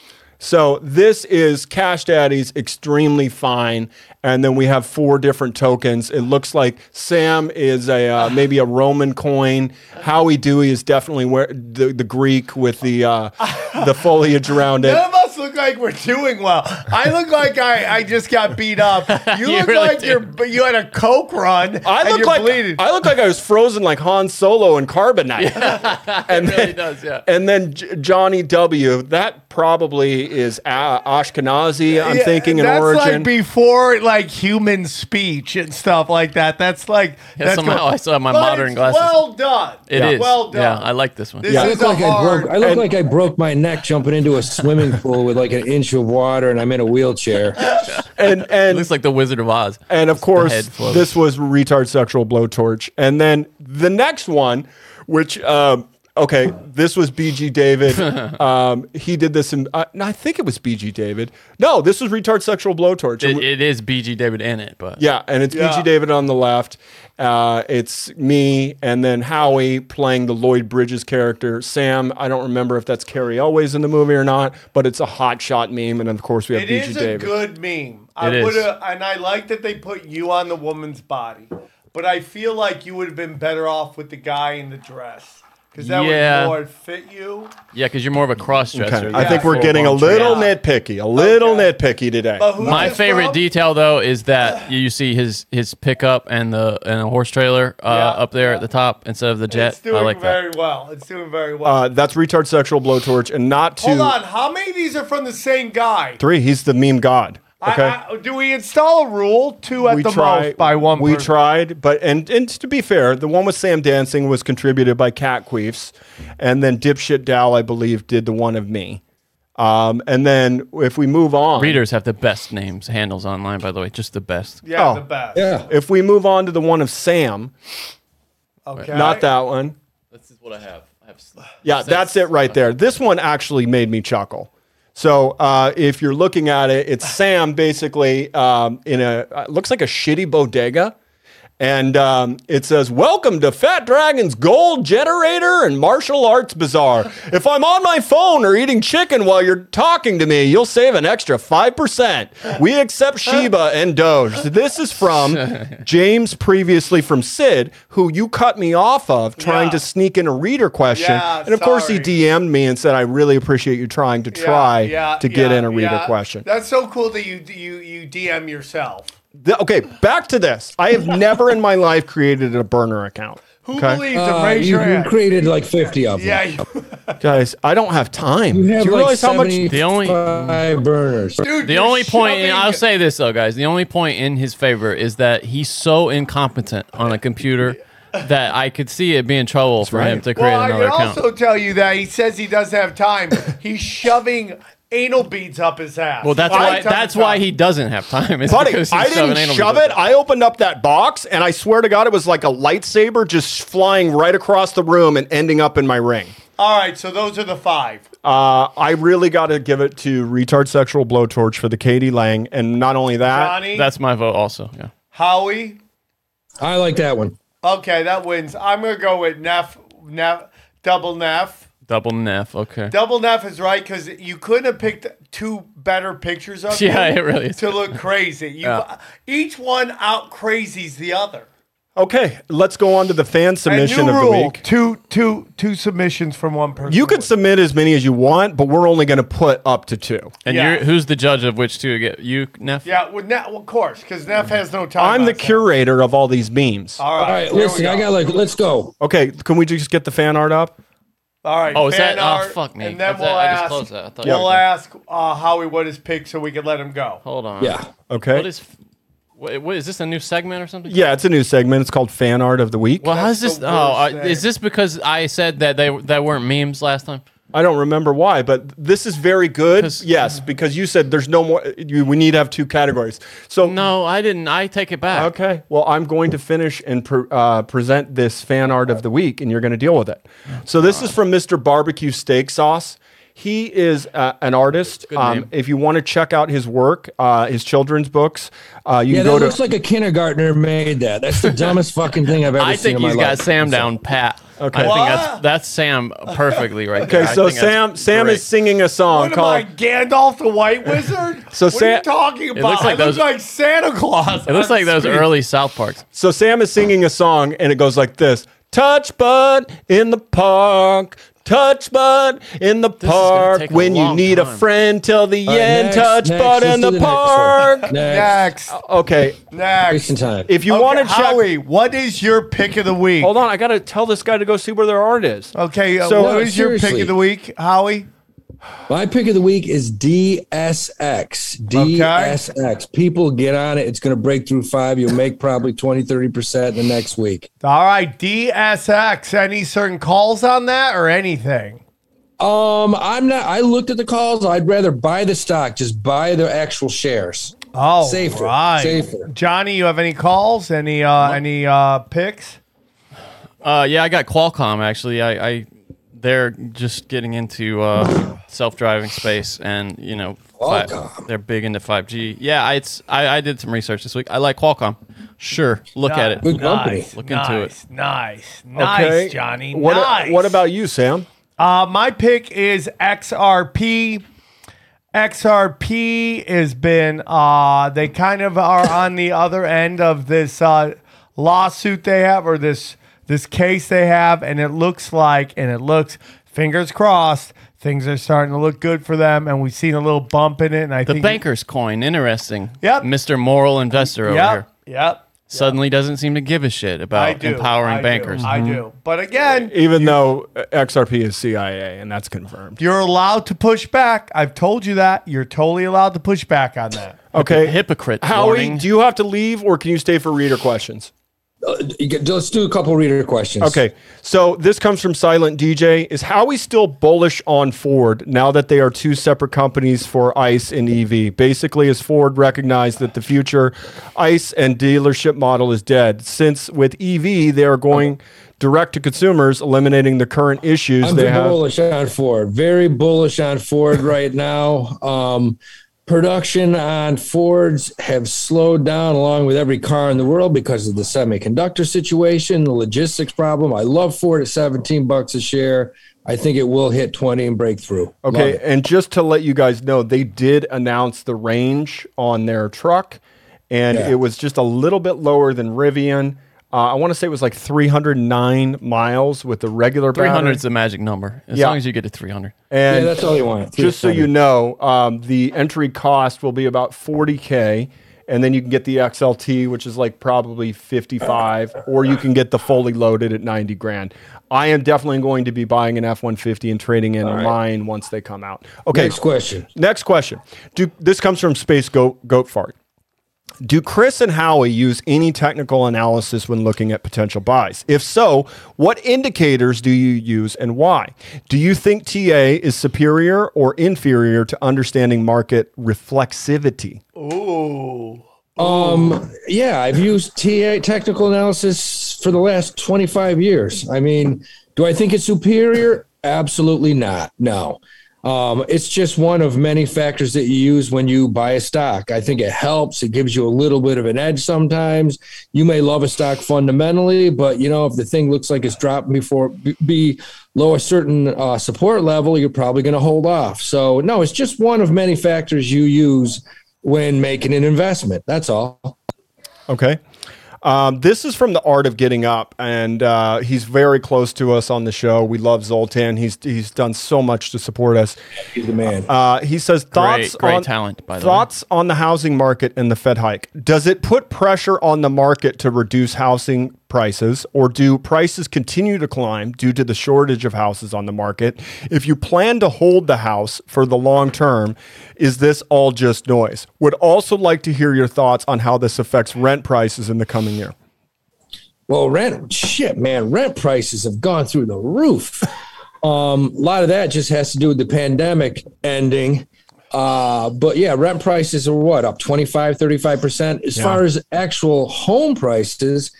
S1: So this is Cash Daddy's extremely fine, and then we have four different tokens. It looks like Sam is a uh, maybe a Roman coin. Howie Dewey is definitely where the, the Greek with the uh,
S3: [LAUGHS]
S1: the foliage around it.
S3: None of us look like we're doing well. I look like I, I just got beat
S5: [LAUGHS]
S3: up. You,
S5: You
S3: look
S5: really
S3: like you're but you had a coke run.
S1: I
S3: and
S1: look
S3: you're
S1: like
S3: bleeding.
S1: I look like I was frozen like Han Solo in
S3: [LAUGHS]
S1: Carbonite. [LAUGHS] and then,
S5: It does, yeah.
S1: And then J- Johnny W. That probably is a- Ashkenazi. I'm
S3: Yeah,
S1: thinking an
S3: that's
S1: origin.
S3: like before like human speech and stuff like that. That's like that's
S5: somehow I saw my
S3: But
S5: modern
S3: it's
S5: glasses.
S3: Well done.
S5: It
S3: yeah.
S5: is.
S3: well done.
S5: Yeah, I like this one.
S3: This
S1: Yeah.
S2: I
S3: is
S2: look like
S3: a
S2: I
S3: hard.
S2: broke. I look
S1: and-
S2: like I broke my neck jumping into a swimming pool with like an inch of water, and I'm in a wheelchair.
S5: [LAUGHS]
S1: and
S5: It
S1: and
S5: looks like the Wizard of Oz.
S1: and of
S5: head
S1: course
S5: float.
S1: this was retard sexual blowtorch. And then the next one, which um, okay, this was BG
S5: [LAUGHS]
S1: David. um, he did this in uh, no, I think it was BG David. No, this was retard sexual blowtorch.
S5: It, it is BG David in it, but
S1: Yeah, and it's
S3: Yeah.
S1: BG David on the left. Uh, it's me, and then Howie playing the Lloyd Bridges character. Sam, I don't remember if that's Carrie Elways in the movie or not, but it's a hot shot meme, and of course we have
S3: It
S1: BG
S3: is
S1: David.
S3: a good meme. I
S5: It is.
S3: would and I like that they put you on the woman's body, but I feel like you would have been better off with the guy in the dress because that
S5: Yeah.
S3: would more fit you.
S5: yeah, because you're more of a cross dresser.
S1: okay, I think
S3: Yeah.
S1: we're getting a little
S3: Yeah.
S1: nitpicky, a little
S3: Okay.
S1: nitpicky today.
S3: But who's
S5: My
S3: this
S5: favorite
S3: from?
S5: detail though is that you see his his pickup and the and a horse trailer uh,
S3: Yeah.
S5: up there at the top instead of the jet.
S3: It's doing
S5: I like that.
S3: very well. It's doing very well.
S1: uh, that's retard sexual blowtorch, and not to
S3: Hold on, how many of these are from the same guy?
S1: three. He's the meme god. Okay.
S3: I, I, do we install a rule two at the most by one?
S1: We
S3: person?
S1: tried, but and and to be fair, the one with Sam dancing was contributed by Cat Queefs, and then Dipshit Dow, I believe, did the one of me. Um, and then if we move on,
S5: Readers have the best names handles online, by the way, just the best.
S3: Yeah,
S1: Oh.
S3: the best.
S2: Yeah,
S1: if we move on to the one of Sam,
S3: Okay.
S1: not that one.
S5: This is what I have. I have
S1: Yeah, that's it right there. This one actually made me chuckle. So uh, if you're looking at it, it's Sam basically um, in a uh, looks like a shitty bodega, and um, it says, "Welcome to Fat Dragon's Gold Generator and Martial Arts Bazaar. If I'm on my phone or eating chicken while you're talking to me, you'll save an extra five percent. We accept Sheba and Doge. This is from James, previously from Sid, who you cut me off of trying
S3: Yeah.
S1: to sneak in a reader question,
S3: Yeah,
S1: and of course he
S3: sorry.
S1: DM'd me and said, "I really appreciate you trying to
S3: Yeah,
S1: try
S3: yeah,
S1: to get
S3: yeah,
S1: in a reader
S3: yeah.
S1: question."
S3: That's so cool that you you you DM yourself.
S1: Th- okay, back to this. I have never in my life created a burner account.
S3: Who
S1: okay?
S3: believes
S2: Uh,
S3: in raise
S2: you,
S3: your
S2: you
S3: hand?
S2: created like 50 of them.
S3: yeah,
S5: [LAUGHS]
S3: you,
S1: guys, I don't have time.
S2: you have
S1: Do you
S2: like
S1: realize how much?
S2: 75
S5: The only-
S2: burners.
S3: dude.
S5: The
S3: you're
S5: only point,
S3: shoving-
S5: and I'll say this though, guys, the only point in his favor is that he's so incompetent on a computer that I could see it being trouble for him
S1: right.
S5: to create
S3: Well, I
S5: another
S3: can
S5: account.
S3: also tell you that he says he doesn't have time. He's shoving anal beads up his ass.
S5: well, that's
S3: Five
S5: why
S3: times
S5: that's
S3: up.
S5: why he doesn't have time. It's
S1: Buddy,
S5: because he's
S1: I
S5: shoving
S1: didn't
S5: anal
S1: shove
S5: beads
S1: it.
S5: up.
S1: I opened up that box, and I swear to God, it was like a lightsaber just flying right across the room and ending up in my ring.
S3: All right, so those are the five.
S1: Uh, I really got to give it to retard sexual blowtorch for the Katie Lang, and not only that,
S3: Johnny,
S5: Uh, That's my vote, also. Yeah.
S3: Howie.
S2: I like that one.
S3: Okay, that wins. I'm gonna go with Neff. Neff. Double Neff.
S5: Double Neff. Okay.
S3: Double Neff is right because you couldn't have picked two better pictures of
S5: [LAUGHS] [LAUGHS] Yeah,
S3: you
S5: it really is.
S3: to look crazy. You,
S5: Yeah.
S3: Each one out crazies the other.
S1: Okay, let's go on to the fan
S3: And
S1: submission
S3: new
S1: of
S3: rule:
S1: the week.
S3: two, two, two submissions from one person.
S1: You can submit as many as you want, but we're only going to put up to two.
S5: And
S3: Yeah.
S5: you're, who's the judge of which two to get you, Neff?
S3: yeah, with Neff, well, of course, because Neff has no time.
S1: I'm the
S3: on that.
S1: curator of all these memes.
S3: All right,
S2: All right,
S3: here we
S2: listen, I got like, let's go.
S1: Okay, can we just get the fan art up?
S3: All right.
S5: Oh, is
S3: fan
S5: that- oh,
S3: art,
S5: fuck me.
S3: And then
S5: I
S3: we'll
S5: thought- I just
S3: ask.
S5: closed that. I thought you
S3: we'll
S5: were-
S3: ask uh, Howie what his pick so we can let him go.
S5: Hold on.
S2: Yeah.
S1: Okay.
S5: What is? What, what is this? A new segment or something?
S1: Yeah, it's a new segment. It's called Fan Art of the Week.
S5: Well, how's this?
S3: the
S5: Oh,
S3: worst
S5: uh,
S3: thing.
S5: is this because I said that they that weren't memes last time?
S1: I don't remember why, but this is very good.
S5: 'Cause-
S1: Yes, because you said there's no more. You, we need to have two categories. So
S5: No, I didn't. I take it back.
S1: Okay. Well, I'm going to finish and pre- uh, present this fan art of the week, and you're going to deal with it. So this is from Mr. Barbecue Steak Sauce. He is uh, an artist.
S5: name.
S1: Um, if you want to check out his work, uh, his children's books, uh, you
S2: Yeah,
S1: can
S2: that
S1: go to.
S2: looks like a kindergartner made that. That's the dumbest fucking thing I've ever
S5: I
S2: seen
S5: think
S2: in my
S5: he's got
S2: life.
S5: Sam down pat. Okay. I think that's that's Sam perfectly right there.
S1: okay,
S5: I
S1: so
S5: think that's
S1: Sam Sam
S5: great.
S1: is singing a song
S3: What am I,
S1: called.
S3: Gandalf the White Wizard?
S1: [LAUGHS] So
S3: what are
S1: Sa-
S3: you talking about?
S5: looks like
S3: I look
S5: those-
S3: like Santa Claus.
S5: [LAUGHS] It looks
S3: on
S5: like those
S3: screen.
S5: early South Parks.
S1: So Sam is singing a song, and it goes like this: Touch bud in the park. Touch bud in the
S5: is gonna
S1: park
S5: take a
S1: when you
S5: long
S1: need a
S5: time.
S1: friend till the
S2: All right,
S1: end.
S2: next,
S1: touch
S2: next,
S1: bud
S2: let's
S1: in
S2: do
S1: the
S2: next one.
S1: park.
S2: [LAUGHS] Next.
S3: Next.
S1: Okay,
S3: Next.
S2: Wasting time.
S1: if Oh. you
S3: Okay,
S1: want to check,
S3: Howie, what is your pick of the week?
S1: hold on. I gotta tell this guy to go see where their art is.
S3: Okay, uh,
S1: So-
S3: what
S2: No,
S3: is your pick
S2: seriously.
S3: of the week, Howie?
S2: My pick of the week is DSX. DSX. People get on it. It's going to break through five. You'll make probably 20, 30% the next week.
S3: All right, DSX. Any certain calls on that or anything?
S2: Um, I'm not, I looked at the calls. I'd rather buy the stock, just buy the actual shares.
S3: Oh,
S2: Safer,
S3: right.
S2: safer.
S3: Johnny, you have any calls? Any uh, any uh, picks?
S5: Uh, yeah, I got Qualcomm actually. I, I they're just getting into uh, self-driving space, and you know, fi-
S2: Qualcomm.
S5: they're big into five G. Yeah, I- it's I, I did some research this week. I like Qualcomm. Sure, look at it.
S2: Good company.
S5: Look
S3: nice,
S5: into it.
S3: Nice, nice,
S1: Okay,
S3: Johnny.
S1: What,
S3: nice.
S1: what about you, Sam?
S3: Uh, my pick is XRP. XRP has been, uh, they kind of are on the other end of this uh, lawsuit they have or this this case they have, and it looks like, and it looks, fingers crossed, things are starting to look good for them, and we've seen a little bump in it, and I
S5: The
S3: think
S5: banker's coin, interesting.
S3: Yep.
S5: Mr. Moral Investor over here
S3: Yep, yep.
S5: suddenly doesn't seem to give a shit
S3: I
S5: about
S3: do.
S5: empowering
S3: I do,
S5: bankers. Mm-hmm.
S3: I do, but again,
S1: Even though uh, XRP is CIA, and that's confirmed.
S3: you're allowed to push back. I've told you that. You're totally allowed to push back on that.
S1: Okay,
S5: Hypocrite
S1: Howie,
S5: warning.
S1: do you have to leave, or can you stay for reader questions?
S2: Uh, You get- Let's do a couple reader questions.
S1: Okay, so this comes from Silent DJ. Is Howie still bullish on Ford now that they are two separate companies for ICE and EV? Basically, is Ford recognized that the future ICE and dealership model is dead? Since with EV, they are going direct to consumers, eliminating the current issues
S2: I'm
S1: they
S2: very
S1: have.
S2: bullish on Ford. Very bullish on Ford right now. Um, production on Fords have slowed down along with every car in the world because of the semiconductor situation, the logistics problem. I love Ford at 17 bucks a share. I think it will hit 20 and break through. Love
S1: Okay,
S2: it.
S1: and just to let you guys know, they did announce the range on their truck, and
S2: Yeah.
S1: it was just a little bit lower than Rivian. Uh, I want to say it was like 309 miles with the regular
S5: 300
S1: battery.
S5: is the magic number. As
S1: Yeah.
S5: long as you get to 300.
S2: Yeah,
S1: And
S2: that's all you want.
S1: just so you know, um, the entry cost will be about 40k, and then you can get the XLT, which is like probably 55, or you can get the fully loaded at 90 grand. I am definitely going to be buying an F150 and trading in mine once they come out. Okay,
S2: Next question.
S1: Next question. Do this comes from Space Goat Goat Fart. Do Chris and Howie use any technical analysis when looking at potential buys? If so, what indicators do you use and why? Do you think TA is superior or inferior to understanding market reflexivity?
S2: Um, yeah, I've used TA technical analysis for the last 25 years. I mean, do I think it's superior? Absolutely not. No. Um, it's just one of many factors that you use when you buy a stock. I think it helps. It gives you a little bit of an edge sometimes. You may love a stock fundamentally, but you know, if the thing looks like it's dropping before be- below a certain uh, support level, you're probably going to hold off. So, no, it's just one of many factors you use when making an investment. That's all.
S1: Okay. Um, this is from the art of getting up, and uh, he's very close to us on the show. We love Zoltan. He's he's done so much to support us.
S2: He's the man.
S1: Uh, he says thoughts
S5: great
S1: on
S5: talent, by the way.
S1: thoughts on the housing market and the Fed hike. Does it put pressure on the market to reduce housing prices, or do prices continue to climb due to the shortage of houses on the market? If you plan to hold the house for the long term, is this all just noise? Would also like to hear your thoughts on how this affects rent prices in the coming year.
S2: Well, rent shit, man, rent prices have gone through the roof. Um, a lot of that just has to do with the pandemic ending. Uh, but yeah, rent prices are what up 25, 35%. As far as actual home prices,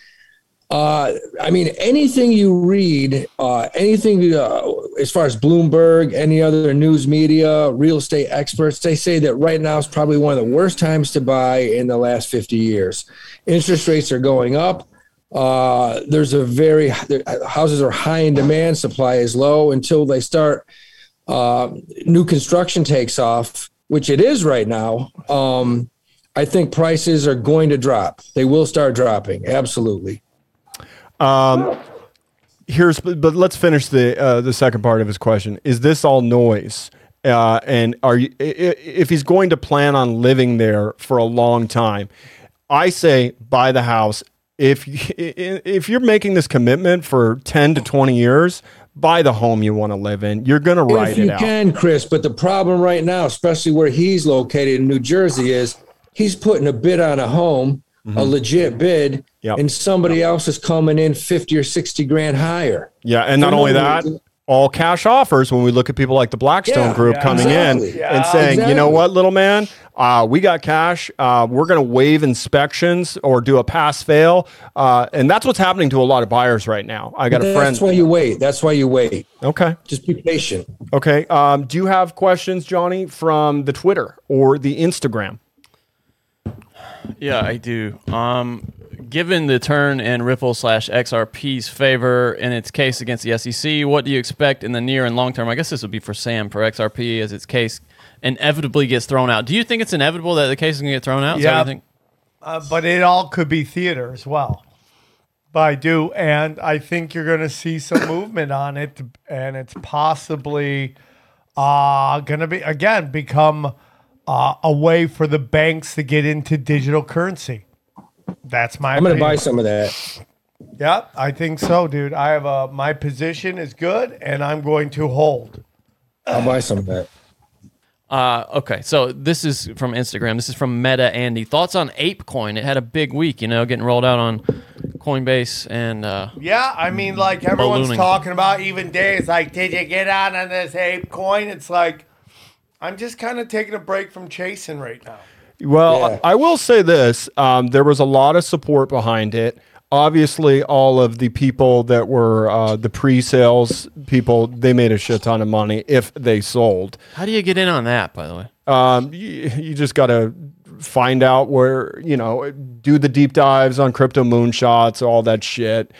S2: uh, I mean, anything you read, uh, anything uh, as far as Bloomberg, any other news media, real estate experts, they say that right now is probably one of the worst times to buy in the last 50 years. Interest rates are going up. Uh, there's a very, houses are high in demand, supply is low until they start uh, new construction takes off, which it is right now, um, I think prices are going to drop. They will start dropping. Absolutely.
S1: here's but, but let's finish the uh, the second part of his question is this all noise uh, and are you i- i- if he's going to plan on living there for a long time i say buy the house if [LAUGHS] y- i- i- if you're making this commitment for 10 to 20 years buy the home you want to live in you're going to
S2: if
S1: ride
S2: you
S1: it out
S2: can, Chris. But the problem right now, especially where he's located in New Jersey, is he's putting a bid on a home, a legit bid,
S1: Mm-hmm. Yep.
S2: and somebody else is coming in 50 or 60 grand higher.
S1: yeah and not
S2: For no
S1: only that
S2: reason.
S1: all cash offers when we look at people like the blackstone
S2: Yeah,
S1: group
S2: yeah,
S1: coming in
S2: exactly.
S1: and
S3: Yeah.
S1: saying, you know
S2: Exactly.
S1: what, little man, uh, we got cash. Uh, we're going to waive inspections or do a pass fail. Uh, and that's what's happening to a lot of buyers right now. I got a
S2: That's
S1: friend.
S2: why you wait. That's why you wait.
S1: Okay.
S2: Just be patient.
S1: Okay. Um, do you have questions, Johnny, from the Twitter or the Instagram?
S5: Yeah, I do. Um, given the turn in Ripple slash XRP's favor in its case against the SEC, what do you expect in the near and long term? I guess this would be for Sam for XRP as its case inevitably gets thrown out. Do you think it's inevitable that the case is going to get thrown out? Is that what
S3: Yeah.
S5: you think?
S3: Uh, but it all could be theater as well. But I do, and I think you're going to see some movement on it, and it's possibly uh, going to be again become uh, a way for the banks to get into digital currency. That's my.
S2: I'm going to
S3: opinion.
S2: buy some of that.
S3: Yep, I think so, dude. I have a my position is good, and I'm going to hold.
S2: I'll buy some of that.
S5: Uh, okay, so this is from Instagram. This is from Meta Andy. Thoughts on ApeCoin? It had a big week, you know, getting rolled out on Coinbase and uh,
S3: Yeah, I mean, like everyone's
S5: Ballooning.
S3: talking about, even Day is like, did you get out on this ape coin? It's like, I'm just kind of taking a break from chasing right now.
S1: Well,
S2: Yeah.
S1: I I will say this: um, there was a lot of support behind it. Obviously, all of the people that were uh, the pre-sales people, they made a shit ton of money if they sold.
S5: how do you get in on that? By the way,
S1: um, you, you just got to find out where you know do the deep dives on crypto moonshots all that shit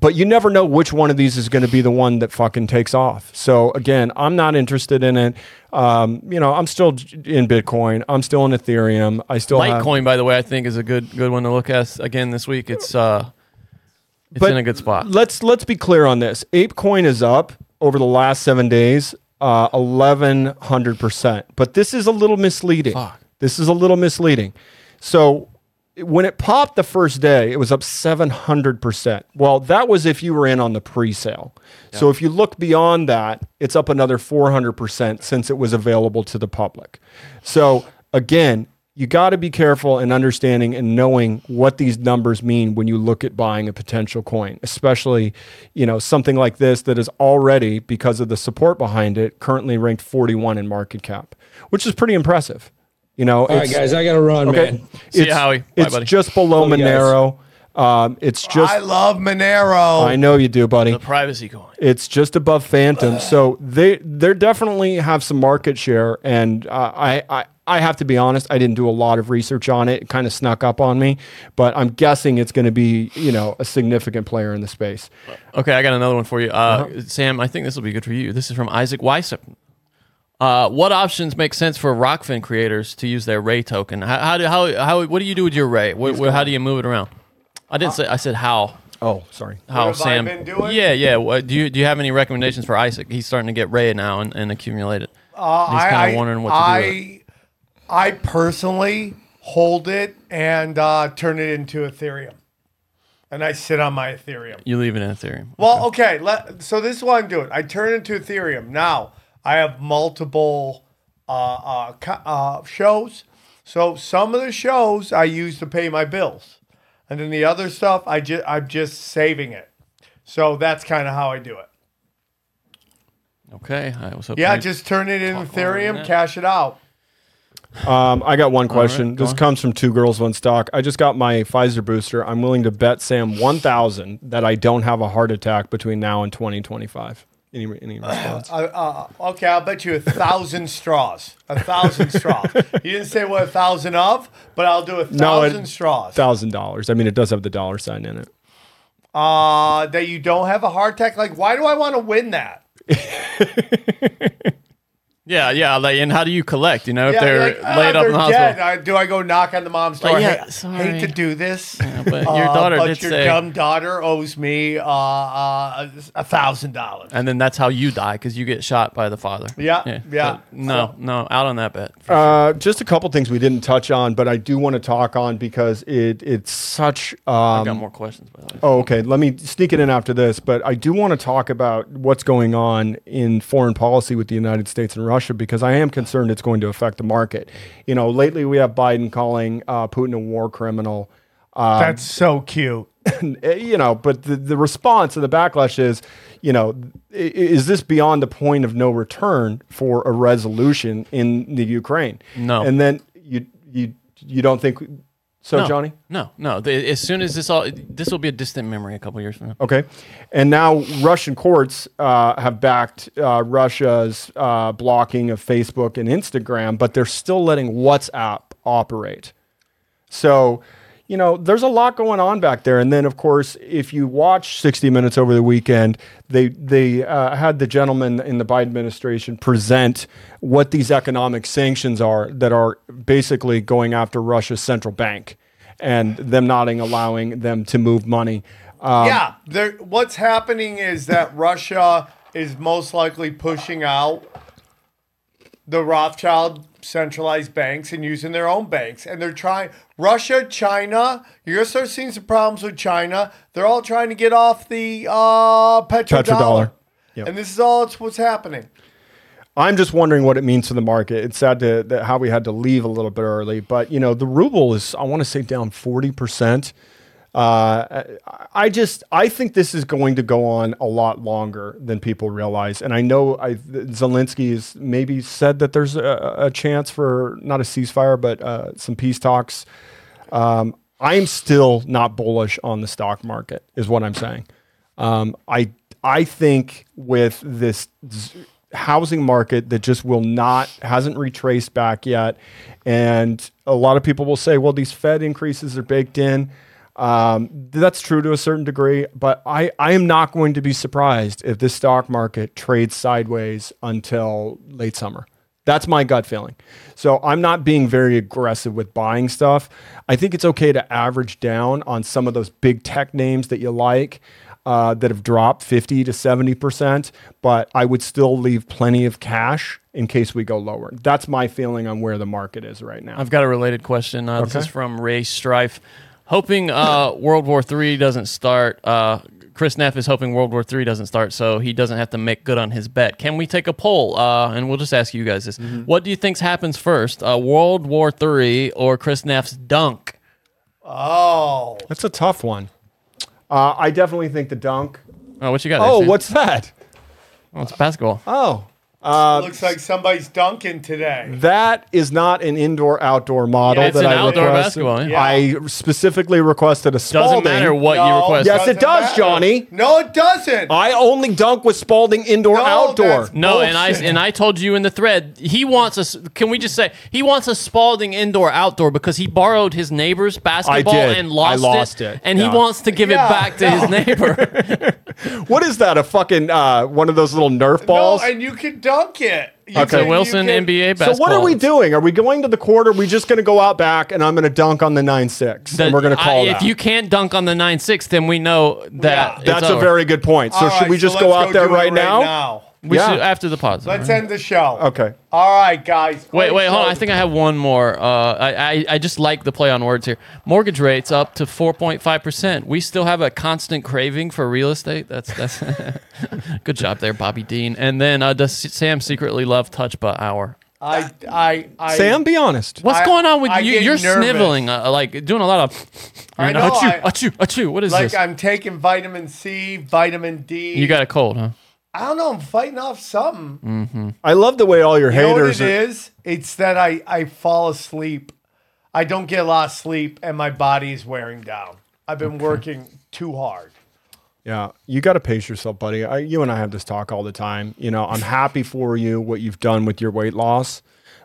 S1: but you never know which one of these is going to be the one that fucking takes off so again i'm not interested in it um, you know i'm still j- in bitcoin i'm still in ethereum i still have-
S3: Uh,
S5: Litecoin, by the way, I think is a good good one to look at again this week. It's uh, it's in a good spot.
S1: Let's let's be clear on this. ApeCoin is up over the last seven days, uh, eleven hundred percent. But this is a little misleading. This is a little misleading. So when it popped the first day, it was up seven hundred percent. Well, that was if you were in on the pre-sale. So if you look beyond that, it's up another four hundred percent since it was available to the public. So again, you got to be careful in understanding and knowing what these numbers mean when you look at buying a potential coin especially you know something like this that is already because of the support behind it currently ranked 41 in market cap which is pretty impressive you know
S2: All right, guys, I got to run,
S1: okay
S2: man.
S5: See ya,
S1: it's,
S5: Howie. Bye,
S1: it's
S5: buddy.
S1: just below
S2: you guys.
S1: monero um, it's just
S3: I love Monero.
S1: I know you do buddy
S5: The privacy coin.
S1: it's just above Phantom. So they they definitely have some market share, and uh, I I. I have to be honest. I didn't do a lot of research on it. It kind of snuck up on me, but I'm guessing it's going to be, you know, a significant player in the space.
S5: Okay, I got another one for you. Uh,
S3: Uh-huh.
S5: Sam, I think this will be good for you. This is from Isaac Weissep. Uh, what options make sense for Rockfin creators to use their Ray token? How, how do how, how what do you do with your Ray? What, what, how do you move it around? I didn't say. I said how.
S1: Oh, sorry.
S5: How
S3: Uh, have I
S5: Sam?
S3: been doing?
S5: Yeah, yeah. What, do you do you have any recommendations for Isaac? He's starting to get Ray now and, and accumulate it.
S3: Uh,
S5: He's kinda
S3: I- I-
S5: wondering what to do
S3: I,
S5: with
S3: I personally hold it and uh, turn it into Ethereum. and I sit on my Ethereum.
S5: You leave it in Ethereum.
S3: Well, okay. Let, so this is what I'm doing. I turn into Ethereum. Now I have multiple uh, uh, co- uh, shows. So some of the shows I use to pay my bills, and then the other stuff I just I'm just saving it. So that's kind of how I do it.
S5: Okay. I was hoping.
S3: Yeah,
S5: you-
S3: just turn it in
S5: Talk longer than
S3: Ethereum,
S5: that.
S3: cash it out.
S1: Um, I got one question.
S5: go
S1: this
S5: on.
S1: comes from two girls, one stock. I just got my Pfizer booster. I'm willing to bet Sam 1,000 that I don't have a heart attack between now and 2025. Any, any response?
S3: Uh, uh, okay, I'll bet you a thousand straws. A
S5: [LAUGHS]
S3: thousand straws. You didn't say what a thousand of, but I'll do a
S1: No, it-
S3: thousand straws.
S1: Thousand dollars. I mean, it does have the dollar sign in it.
S3: uh, that you don't have a heart attack. Like, why do I want to win that?
S5: yeah, yeah. Like, and how do you collect? You know, if
S3: Yeah,
S5: they're
S3: like, ah,
S5: laid up in the
S3: they're
S5: hospital. [LAUGHS]
S3: dead. I- do I go knock on the mom's door?
S5: Like, yeah,
S3: Hey, I
S5: sorry.
S3: hate to do this, Uh,
S5: but [LAUGHS] your daughter
S3: Oh, but
S5: did
S3: your
S5: say-
S3: dumb daughter owes me uh, uh, a thousand dollars.
S5: And then that's how you die because you get shot by the father.
S3: Yeah, yeah.
S5: So, no, no, out on that bet.
S1: Uh, just a couple things we didn't touch on, but I do want to talk on because it it's such. Um,
S5: I got more questions. By the way.
S1: Oh, okay. Let me sneak it in after this, but I do want to talk about what's going on in foreign policy with the United States and Russia because I am concerned it's going to affect the market. You know, lately we have Biden calling uh, Putin a war criminal.
S3: That's so cute.
S1: Eh, you know, but the, the response and the backlash is, you know, i- is this beyond the point of no return for a resolution in the Ukraine?
S5: No.
S1: And then you you you don't think
S3: Oh,
S1: so,
S5: No,
S1: Johnny?
S5: No, no. The, as soon as this all, this will be a distant memory a couple years from now.
S1: Okay. And now Russian courts uh, have backed uh, Russia's uh, blocking of Facebook and Instagram, but they're still letting WhatsApp operate. So, you know, there's a lot going on back there. And then, of course, if you watch 60 Minutes over the weekend, they they uh, had the gentleman in the Biden administration present what these economic sanctions are that are basically going after Russia's central bank and them not allowing them to move money. Um,
S3: yeah, there, what's happening is that Russia is most likely pushing out the Rothschild centralized banks and using their own banks. And they're trying, Russia, China, you're going to start seeing some problems with China. They're all trying to get off the uh, petrodollar.
S1: Petrodollar. Yep.
S3: And this is all it's what's happening.
S1: I'm just wondering what it means to the market. It's sad to, that how we had to leave a little bit early, but you know the ruble is I want to say down forty percent. Uh, I- I just I think this is going to go on a lot longer than people realize, and I know I, Zelensky has maybe said that there's a, a chance for not a ceasefire but uh, some peace talks. Um, I'm still not bullish on the stock market, is what I'm saying. Um, I I think with this z- housing market that just will not hasn't retraced back yet, and a lot of people will say, well, these Fed increases are baked in. Um, that's true to a certain degree, but I, I am not going to be surprised if this stock market trades sideways until late summer. That's my gut feeling. So I'm not being very aggressive with buying stuff. I think it's okay to average down on some of those big tech names that you like uh, that have dropped 50 to 70%, but I would still leave plenty of cash in case we go lower. That's my feeling on where the market is right now.
S5: I've got a related question. Uh, This
S1: Okay.
S5: is from Ray Strife. Hoping uh, World War III doesn't start. Uh, Chris Neff is hoping World War III doesn't start, so he doesn't have to make good on his bet. Can we take a poll? Uh, and we'll just ask you guys this:
S1: Mm-hmm.
S5: What do you think happens first, uh, World War III or Chris Neff's dunk?
S3: Oh,
S1: That's a tough one. Uh, I definitely think the dunk.
S5: Oh, what you got? there,
S1: Oh,
S5: Sam?
S1: what's that?
S5: Oh, it's basketball.
S1: Oh,
S3: looks like somebody's dunking today.
S1: That is not an indoor outdoor model
S5: Yeah, it's
S1: that
S5: an
S1: I
S5: outdoor
S1: requested.
S5: basketball, yeah.
S1: I specifically requested a Spalding.
S5: Doesn't matter what you
S3: No,
S5: request.
S1: Yes, it
S3: doesn't
S1: does,
S3: matter.
S1: Johnny.
S3: No, it doesn't.
S1: I only dunk with Spalding indoor
S3: No,
S1: outdoor.
S3: that's-
S5: No, and I and I told you in the thread he wants us. Can we just say he wants a Spalding indoor outdoor because he borrowed his neighbor's basketball
S1: did.
S5: and lost,
S1: I lost it.
S5: and
S1: Yeah.
S5: he wants to give
S3: Yeah,
S5: it back to his neighbor.
S1: What is that? A fucking uh, one of those little Nerf balls?
S3: No, and you can dunk it. You
S1: [LAUGHS] Okay.
S3: can-
S5: So
S3: you
S5: Wilson
S3: can-
S5: NBA
S1: so
S5: basketball.
S1: what are we doing? Are we going to the court? Are we just going to go out back and I'm going to dunk on the nine six
S5: That-
S1: and we're going to
S5: I-
S1: call
S5: if
S1: that?
S5: you can't dunk on the nine six, then we know that
S3: Yeah.
S5: it's
S1: That's a
S5: over.
S1: very good point. So
S3: All
S1: should
S3: right,
S1: we
S3: so
S1: just
S3: let's
S1: go out there
S3: do it
S1: right, now?
S3: now?
S5: We
S1: Yeah.
S5: should uh, after the pause.
S3: Let's
S5: all right?
S3: end the show.
S1: Okay.
S3: All right, guys.
S5: Wait, wait, hold on.
S3: Great
S5: I
S3: show.
S5: think I have one more. Uh, I, I, I just like the play on words here. Mortgage rates up to 4.5%. We still have a constant craving for real estate. That's that's [LAUGHS] good job there, Bobby Dean. And then uh, does Sam secretly love Touch by Hour?
S3: I, I, I,
S1: Sam, be honest.
S5: What's
S3: I-
S5: going on with
S3: I
S5: you?
S3: get
S5: You're
S3: nervous.
S5: sniveling, uh, like doing a lot of.
S3: I
S5: you
S3: know,
S5: achoo,
S3: I-
S5: achoo, achoo. What is
S3: like
S5: this?
S3: I'm taking vitamin C, vitamin D.
S5: you got a cold, huh?
S3: I don't know. I'm fighting off something.
S1: I love the way all your
S3: You know what
S1: haters
S3: it
S1: are.
S3: is? It's that I, I fall asleep. I don't get a lot of sleep, and my body is wearing down. I've been working too hard.
S1: Yeah, you got to pace yourself, buddy. I, you and I have this talk all the time. You know, I'm happy for you what you've done with your weight loss,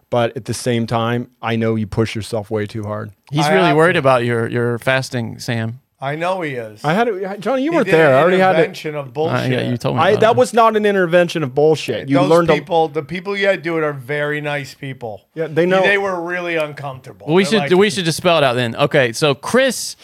S1: but at the same time, I know you push yourself way too hard.
S5: He's
S3: I
S5: really
S3: have-
S5: worried about your your fasting, Sam.
S3: I know he is.
S1: I had it, Johnny. You
S3: He
S1: weren't
S3: did an
S1: there. I already had it.
S3: intervention of
S5: Uh,
S3: bullshit.
S5: yeah, you told me.
S1: I,
S5: about
S1: that
S5: it.
S1: was not an intervention of bullshit. You
S3: Those
S1: learned a-
S3: people, the people you had to do it are very nice people.
S1: Yeah, they know-
S3: They were really uncomfortable.
S5: Well, we
S3: They're
S5: should
S3: like,
S5: we should just spell it out then. Okay, so Chris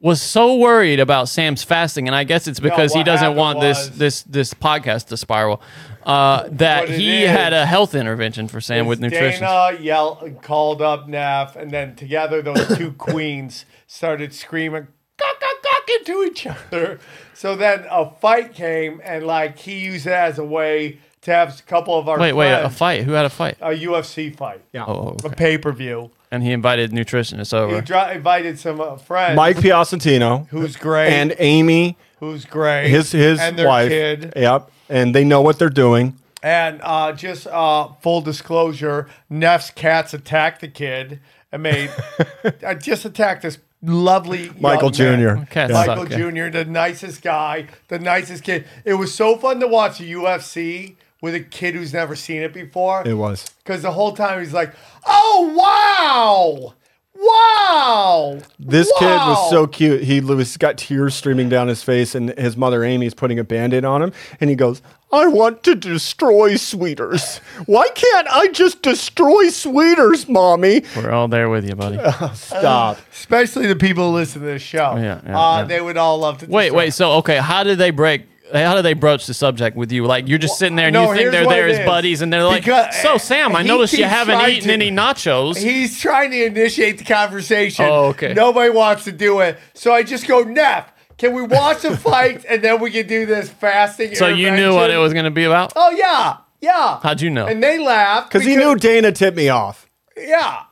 S5: was so worried about Sam's fasting, and I guess it's because he
S3: what
S5: doesn't
S3: happened
S5: want this
S3: was-
S5: this this podcast to spiral. Uh, that
S3: What it
S5: he
S3: is-
S5: had a health intervention for Sam with nutrition.
S3: Dana yelled, called up Neff, and then together
S1: [LAUGHS]
S3: those two queens started screaming "Cock, cock, cock," into each other. So then a fight came, and like he used it as a way to have a couple of our
S5: Wait, wait, a
S3: friends-
S5: fight? Who had a fight?
S3: a UFC fight,
S1: Yeah.
S5: Oh,
S3: a pay per view.
S5: and he invited nutritionists over.
S3: He dri- invited some uh, friends,
S1: Mike Piacentino
S3: who's great,
S1: and Amy,
S3: who's great,
S1: his his
S3: and their
S1: wife.
S3: kid,
S1: Yep, and they know what they're doing.
S3: And uh, just uh, full disclosure, Neff's cats attacked the kid
S1: [LAUGHS]
S3: and made uh, just attacked this lovely
S1: Michael
S3: young man.
S1: Jr.
S5: Cats
S1: Yeah.
S5: suck.
S3: Michael
S5: yeah.
S3: Jr. the nicest guy, the nicest kid. It was so fun to watch the UFC with a kid who's never seen it before.
S1: It was.
S3: because the whole time he's like, "Oh wow, wow!"
S1: This kid was
S3: wow."
S1: so cute. He was got tears streaming down his face, and his mother Amy is putting a band-aid on him, and he goes, "I want to destroy sweeters. Why can't I just destroy sweeters, mommy?
S5: We're all there with you,
S3: [LAUGHS]
S5: buddy.
S1: Stop."
S3: Uh, Especially the people who listen to this show.
S5: Yeah, yeah,
S3: uh,
S5: yeah.
S3: they would all love to.
S5: wait, wait. So okay, how did they break? How did they broach the subject with you? Like you're just sitting there and
S3: no,
S5: you think
S3: here's
S5: they're
S3: what
S5: there
S3: it
S5: as
S3: is.
S5: buddies, and they're like,
S3: Because-
S5: "So Sam, I
S3: he
S5: noticed you
S3: keeps
S5: haven't
S3: trying
S5: eaten
S3: to-
S5: any nachos."
S3: He's trying to initiate the conversation.
S5: Oh, okay.
S3: Nobody wants to do it. So I just go, Neff, can we watch the fight and then we can do this fasting?
S5: so you knew what it
S3: intervention?"
S5: was going to be about.
S3: Oh, yeah. Yeah.
S5: How'd you know?
S3: And they laughed.
S1: Because he knew Dana tipped me off.
S3: Yeah.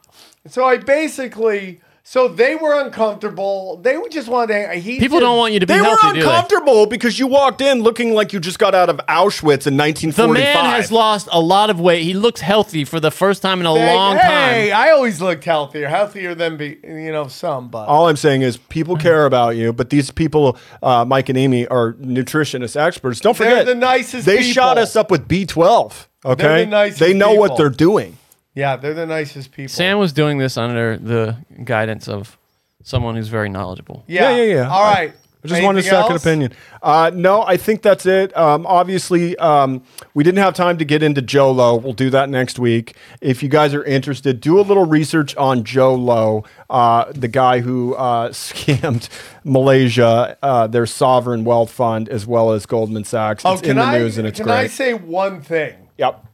S3: So I basically. So they were uncomfortable. They were just wanted to. He
S5: People
S3: just-
S5: don't want you to be
S1: They were
S5: healthy, do they?
S1: uncomfortable because you walked in looking like you just got out of Auschwitz in 1945.
S5: The man has lost a lot of weight. He looks healthy for the first time in a
S3: Hey,
S5: long
S3: hey,
S5: time.
S3: I always looked healthier, healthier than be, you know some, but
S1: All I'm saying is people care about you, but these people, uh, Mike and Amy, are nutritionist experts. Don't
S3: They're
S1: forget,
S3: the nicest
S1: They
S3: people.
S1: shot us up with B12. Okay,
S3: They're the nicest
S1: they know what
S3: people.
S1: they're doing.
S3: yeah, they're the nicest people.
S5: Sam was doing this under the guidance of someone who's very knowledgeable.
S3: yeah,
S1: Yeah, yeah, yeah.
S3: All right.
S1: I just wanted a
S3: Anything
S1: second
S3: else?
S1: opinion. Uh, no, I think that's it. Um, obviously, um, we didn't have time to get into Joe Low. We'll do that next week. If you guys are interested, do a little research on Joe Low, uh, the guy who uh, [LAUGHS] scammed Malaysia, uh, their sovereign wealth fund, as well as Goldman Sachs.
S3: Oh,
S1: It's
S3: can
S1: in the
S3: I?
S1: news and it's
S3: can
S1: great.
S3: I say one thing? Uh,
S1: yep.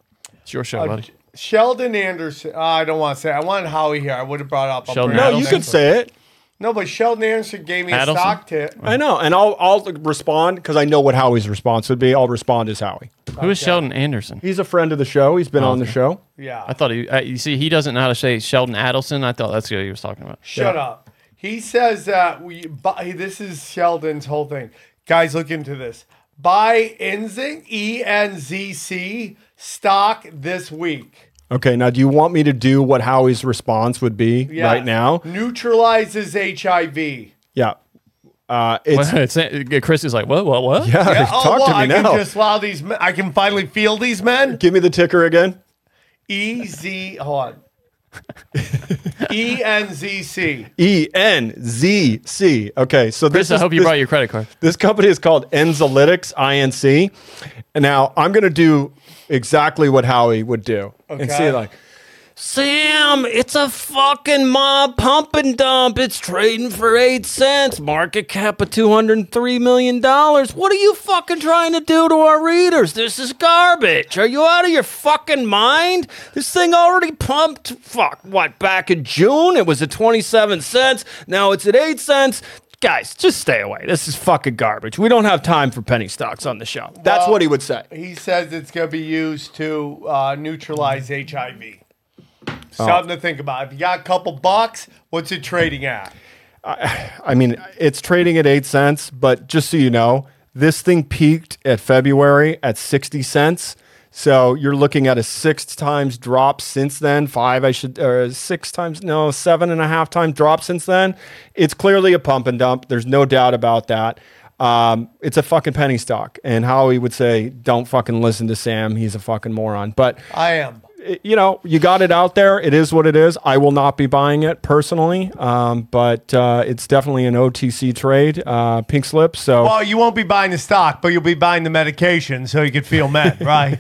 S5: It's your
S1: Oh,
S5: show, buddy.
S3: Sheldon Anderson. uh, I don't want to say. I wanted Howie here. I would have brought up. I'll
S5: Sheldon
S3: bring it
S1: No,
S3: up
S1: you
S5: Adelson.
S3: next
S1: can
S3: week.
S1: say it.
S3: No, but Sheldon Anderson gave me
S5: Adelson?
S3: a stock tip.
S1: I know, and I'll I'll respond because I know what Howie's response would be. I'll respond as Howie.
S5: Who is Sheldon Anderson?
S1: He's a friend of the show. He's been
S3: Oh,
S1: on the show.
S3: Yeah.
S5: I thought he. Uh, you see, he doesn't know how to say Sheldon Adelson. I thought that's who he was
S1: [LAUGHS]
S5: talking about. [LAUGHS]
S3: Shut up. He says that we buy. This is Sheldon's whole thing. Guys, look into this. Buy Enzing E N Z C stock this week.
S1: Okay, now do you want me to do what Howie's response would be
S3: Yeah.
S1: right now?
S3: neutralizes HIV.
S1: Yeah. Uh, it's
S5: It's- Chris is like, what, what, what?
S1: yeah,
S3: Yeah,
S1: [LAUGHS]
S3: Oh,
S1: talk
S3: well,
S1: to me
S3: I
S1: now.
S3: can just allow these. Men, I can finally feel these
S1: [LAUGHS]
S3: men.
S1: Give me the ticker again.
S3: E Z. Hold on. E N Z C.
S1: E N Z C. Okay, so
S5: Chris,
S1: this
S5: I
S1: is-
S5: hope you
S1: this-
S5: brought your credit card.
S1: This company is called Enzalytics Inc. And now I'm going to do exactly what Howie would do and
S3: Okay.
S1: see like,
S7: Sam, it's a fucking mob pump and dump. It's trading for eight cents. Market cap of $203 million. What are you fucking trying to do to our readers? This is garbage. Are you out of your fucking mind? This thing already pumped, fuck, what, back in June? It was at 27 cents. Now it's at eight cents. Guys, just stay away. This is fucking garbage. We don't have time for penny stocks on the show.
S1: That's what he would say.
S3: He says it's going to be used to uh, neutralize HIV. Oh. Something to think about. If you got a couple bucks, what's it trading at?
S1: I mean, it's trading at eight cents, but just so you know, this thing peaked at February at 60 cents. So you're looking at a six times drop since then, five, I should, or six times, no, seven and a half time drop since then. It's clearly a pump and dump. There's no doubt about that. Um, it's a fucking penny stock. And Howie would say, don't fucking listen to Sam. He's a fucking moron. But
S3: I am.
S1: it- you know, you got it out there. It is what it is. I will not be buying it personally, um, but uh, it's definitely an OTC trade, uh, pink slip. So
S3: Well, you won't be buying the stock, but you'll be buying the medication so you can feel mad, [LAUGHS] right?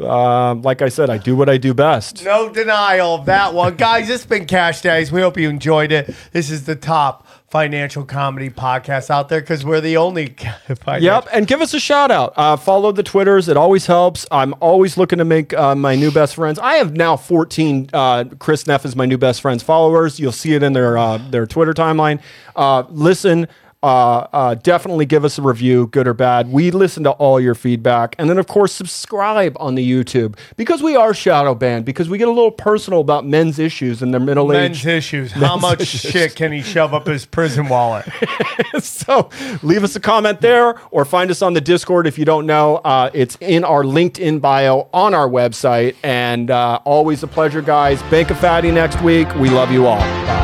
S1: um, like I said, I do what I do best.
S3: No denial of that one. Guys, it's been Cash Days. We hope you enjoyed it. This is the top financial comedy podcast out there because we're the only [LAUGHS] financial-
S1: Yep, and give us a shout out. Uh, follow the Twitters; it always helps. I'm always looking to make uh, my new best friends. I have now 14. Uh, Chris Neff is my new best friends followers. You'll see it in their uh, their Twitter timeline. Uh, listen. Uh, uh, definitely give us a review, good or bad. We listen to all your feedback. And then, of course, subscribe on the YouTube because we are shadow banned, because we get a little personal about men's issues and their middle
S3: Men's
S1: age.
S3: issues. How much shit can he shove up his prison wallet?
S1: [LAUGHS] So leave us a comment there or find us on the Discord if you don't know. Uh, it's in our LinkedIn bio on our website. And uh, always a pleasure, guys. Bank a fatty next week. We love you all. Bye.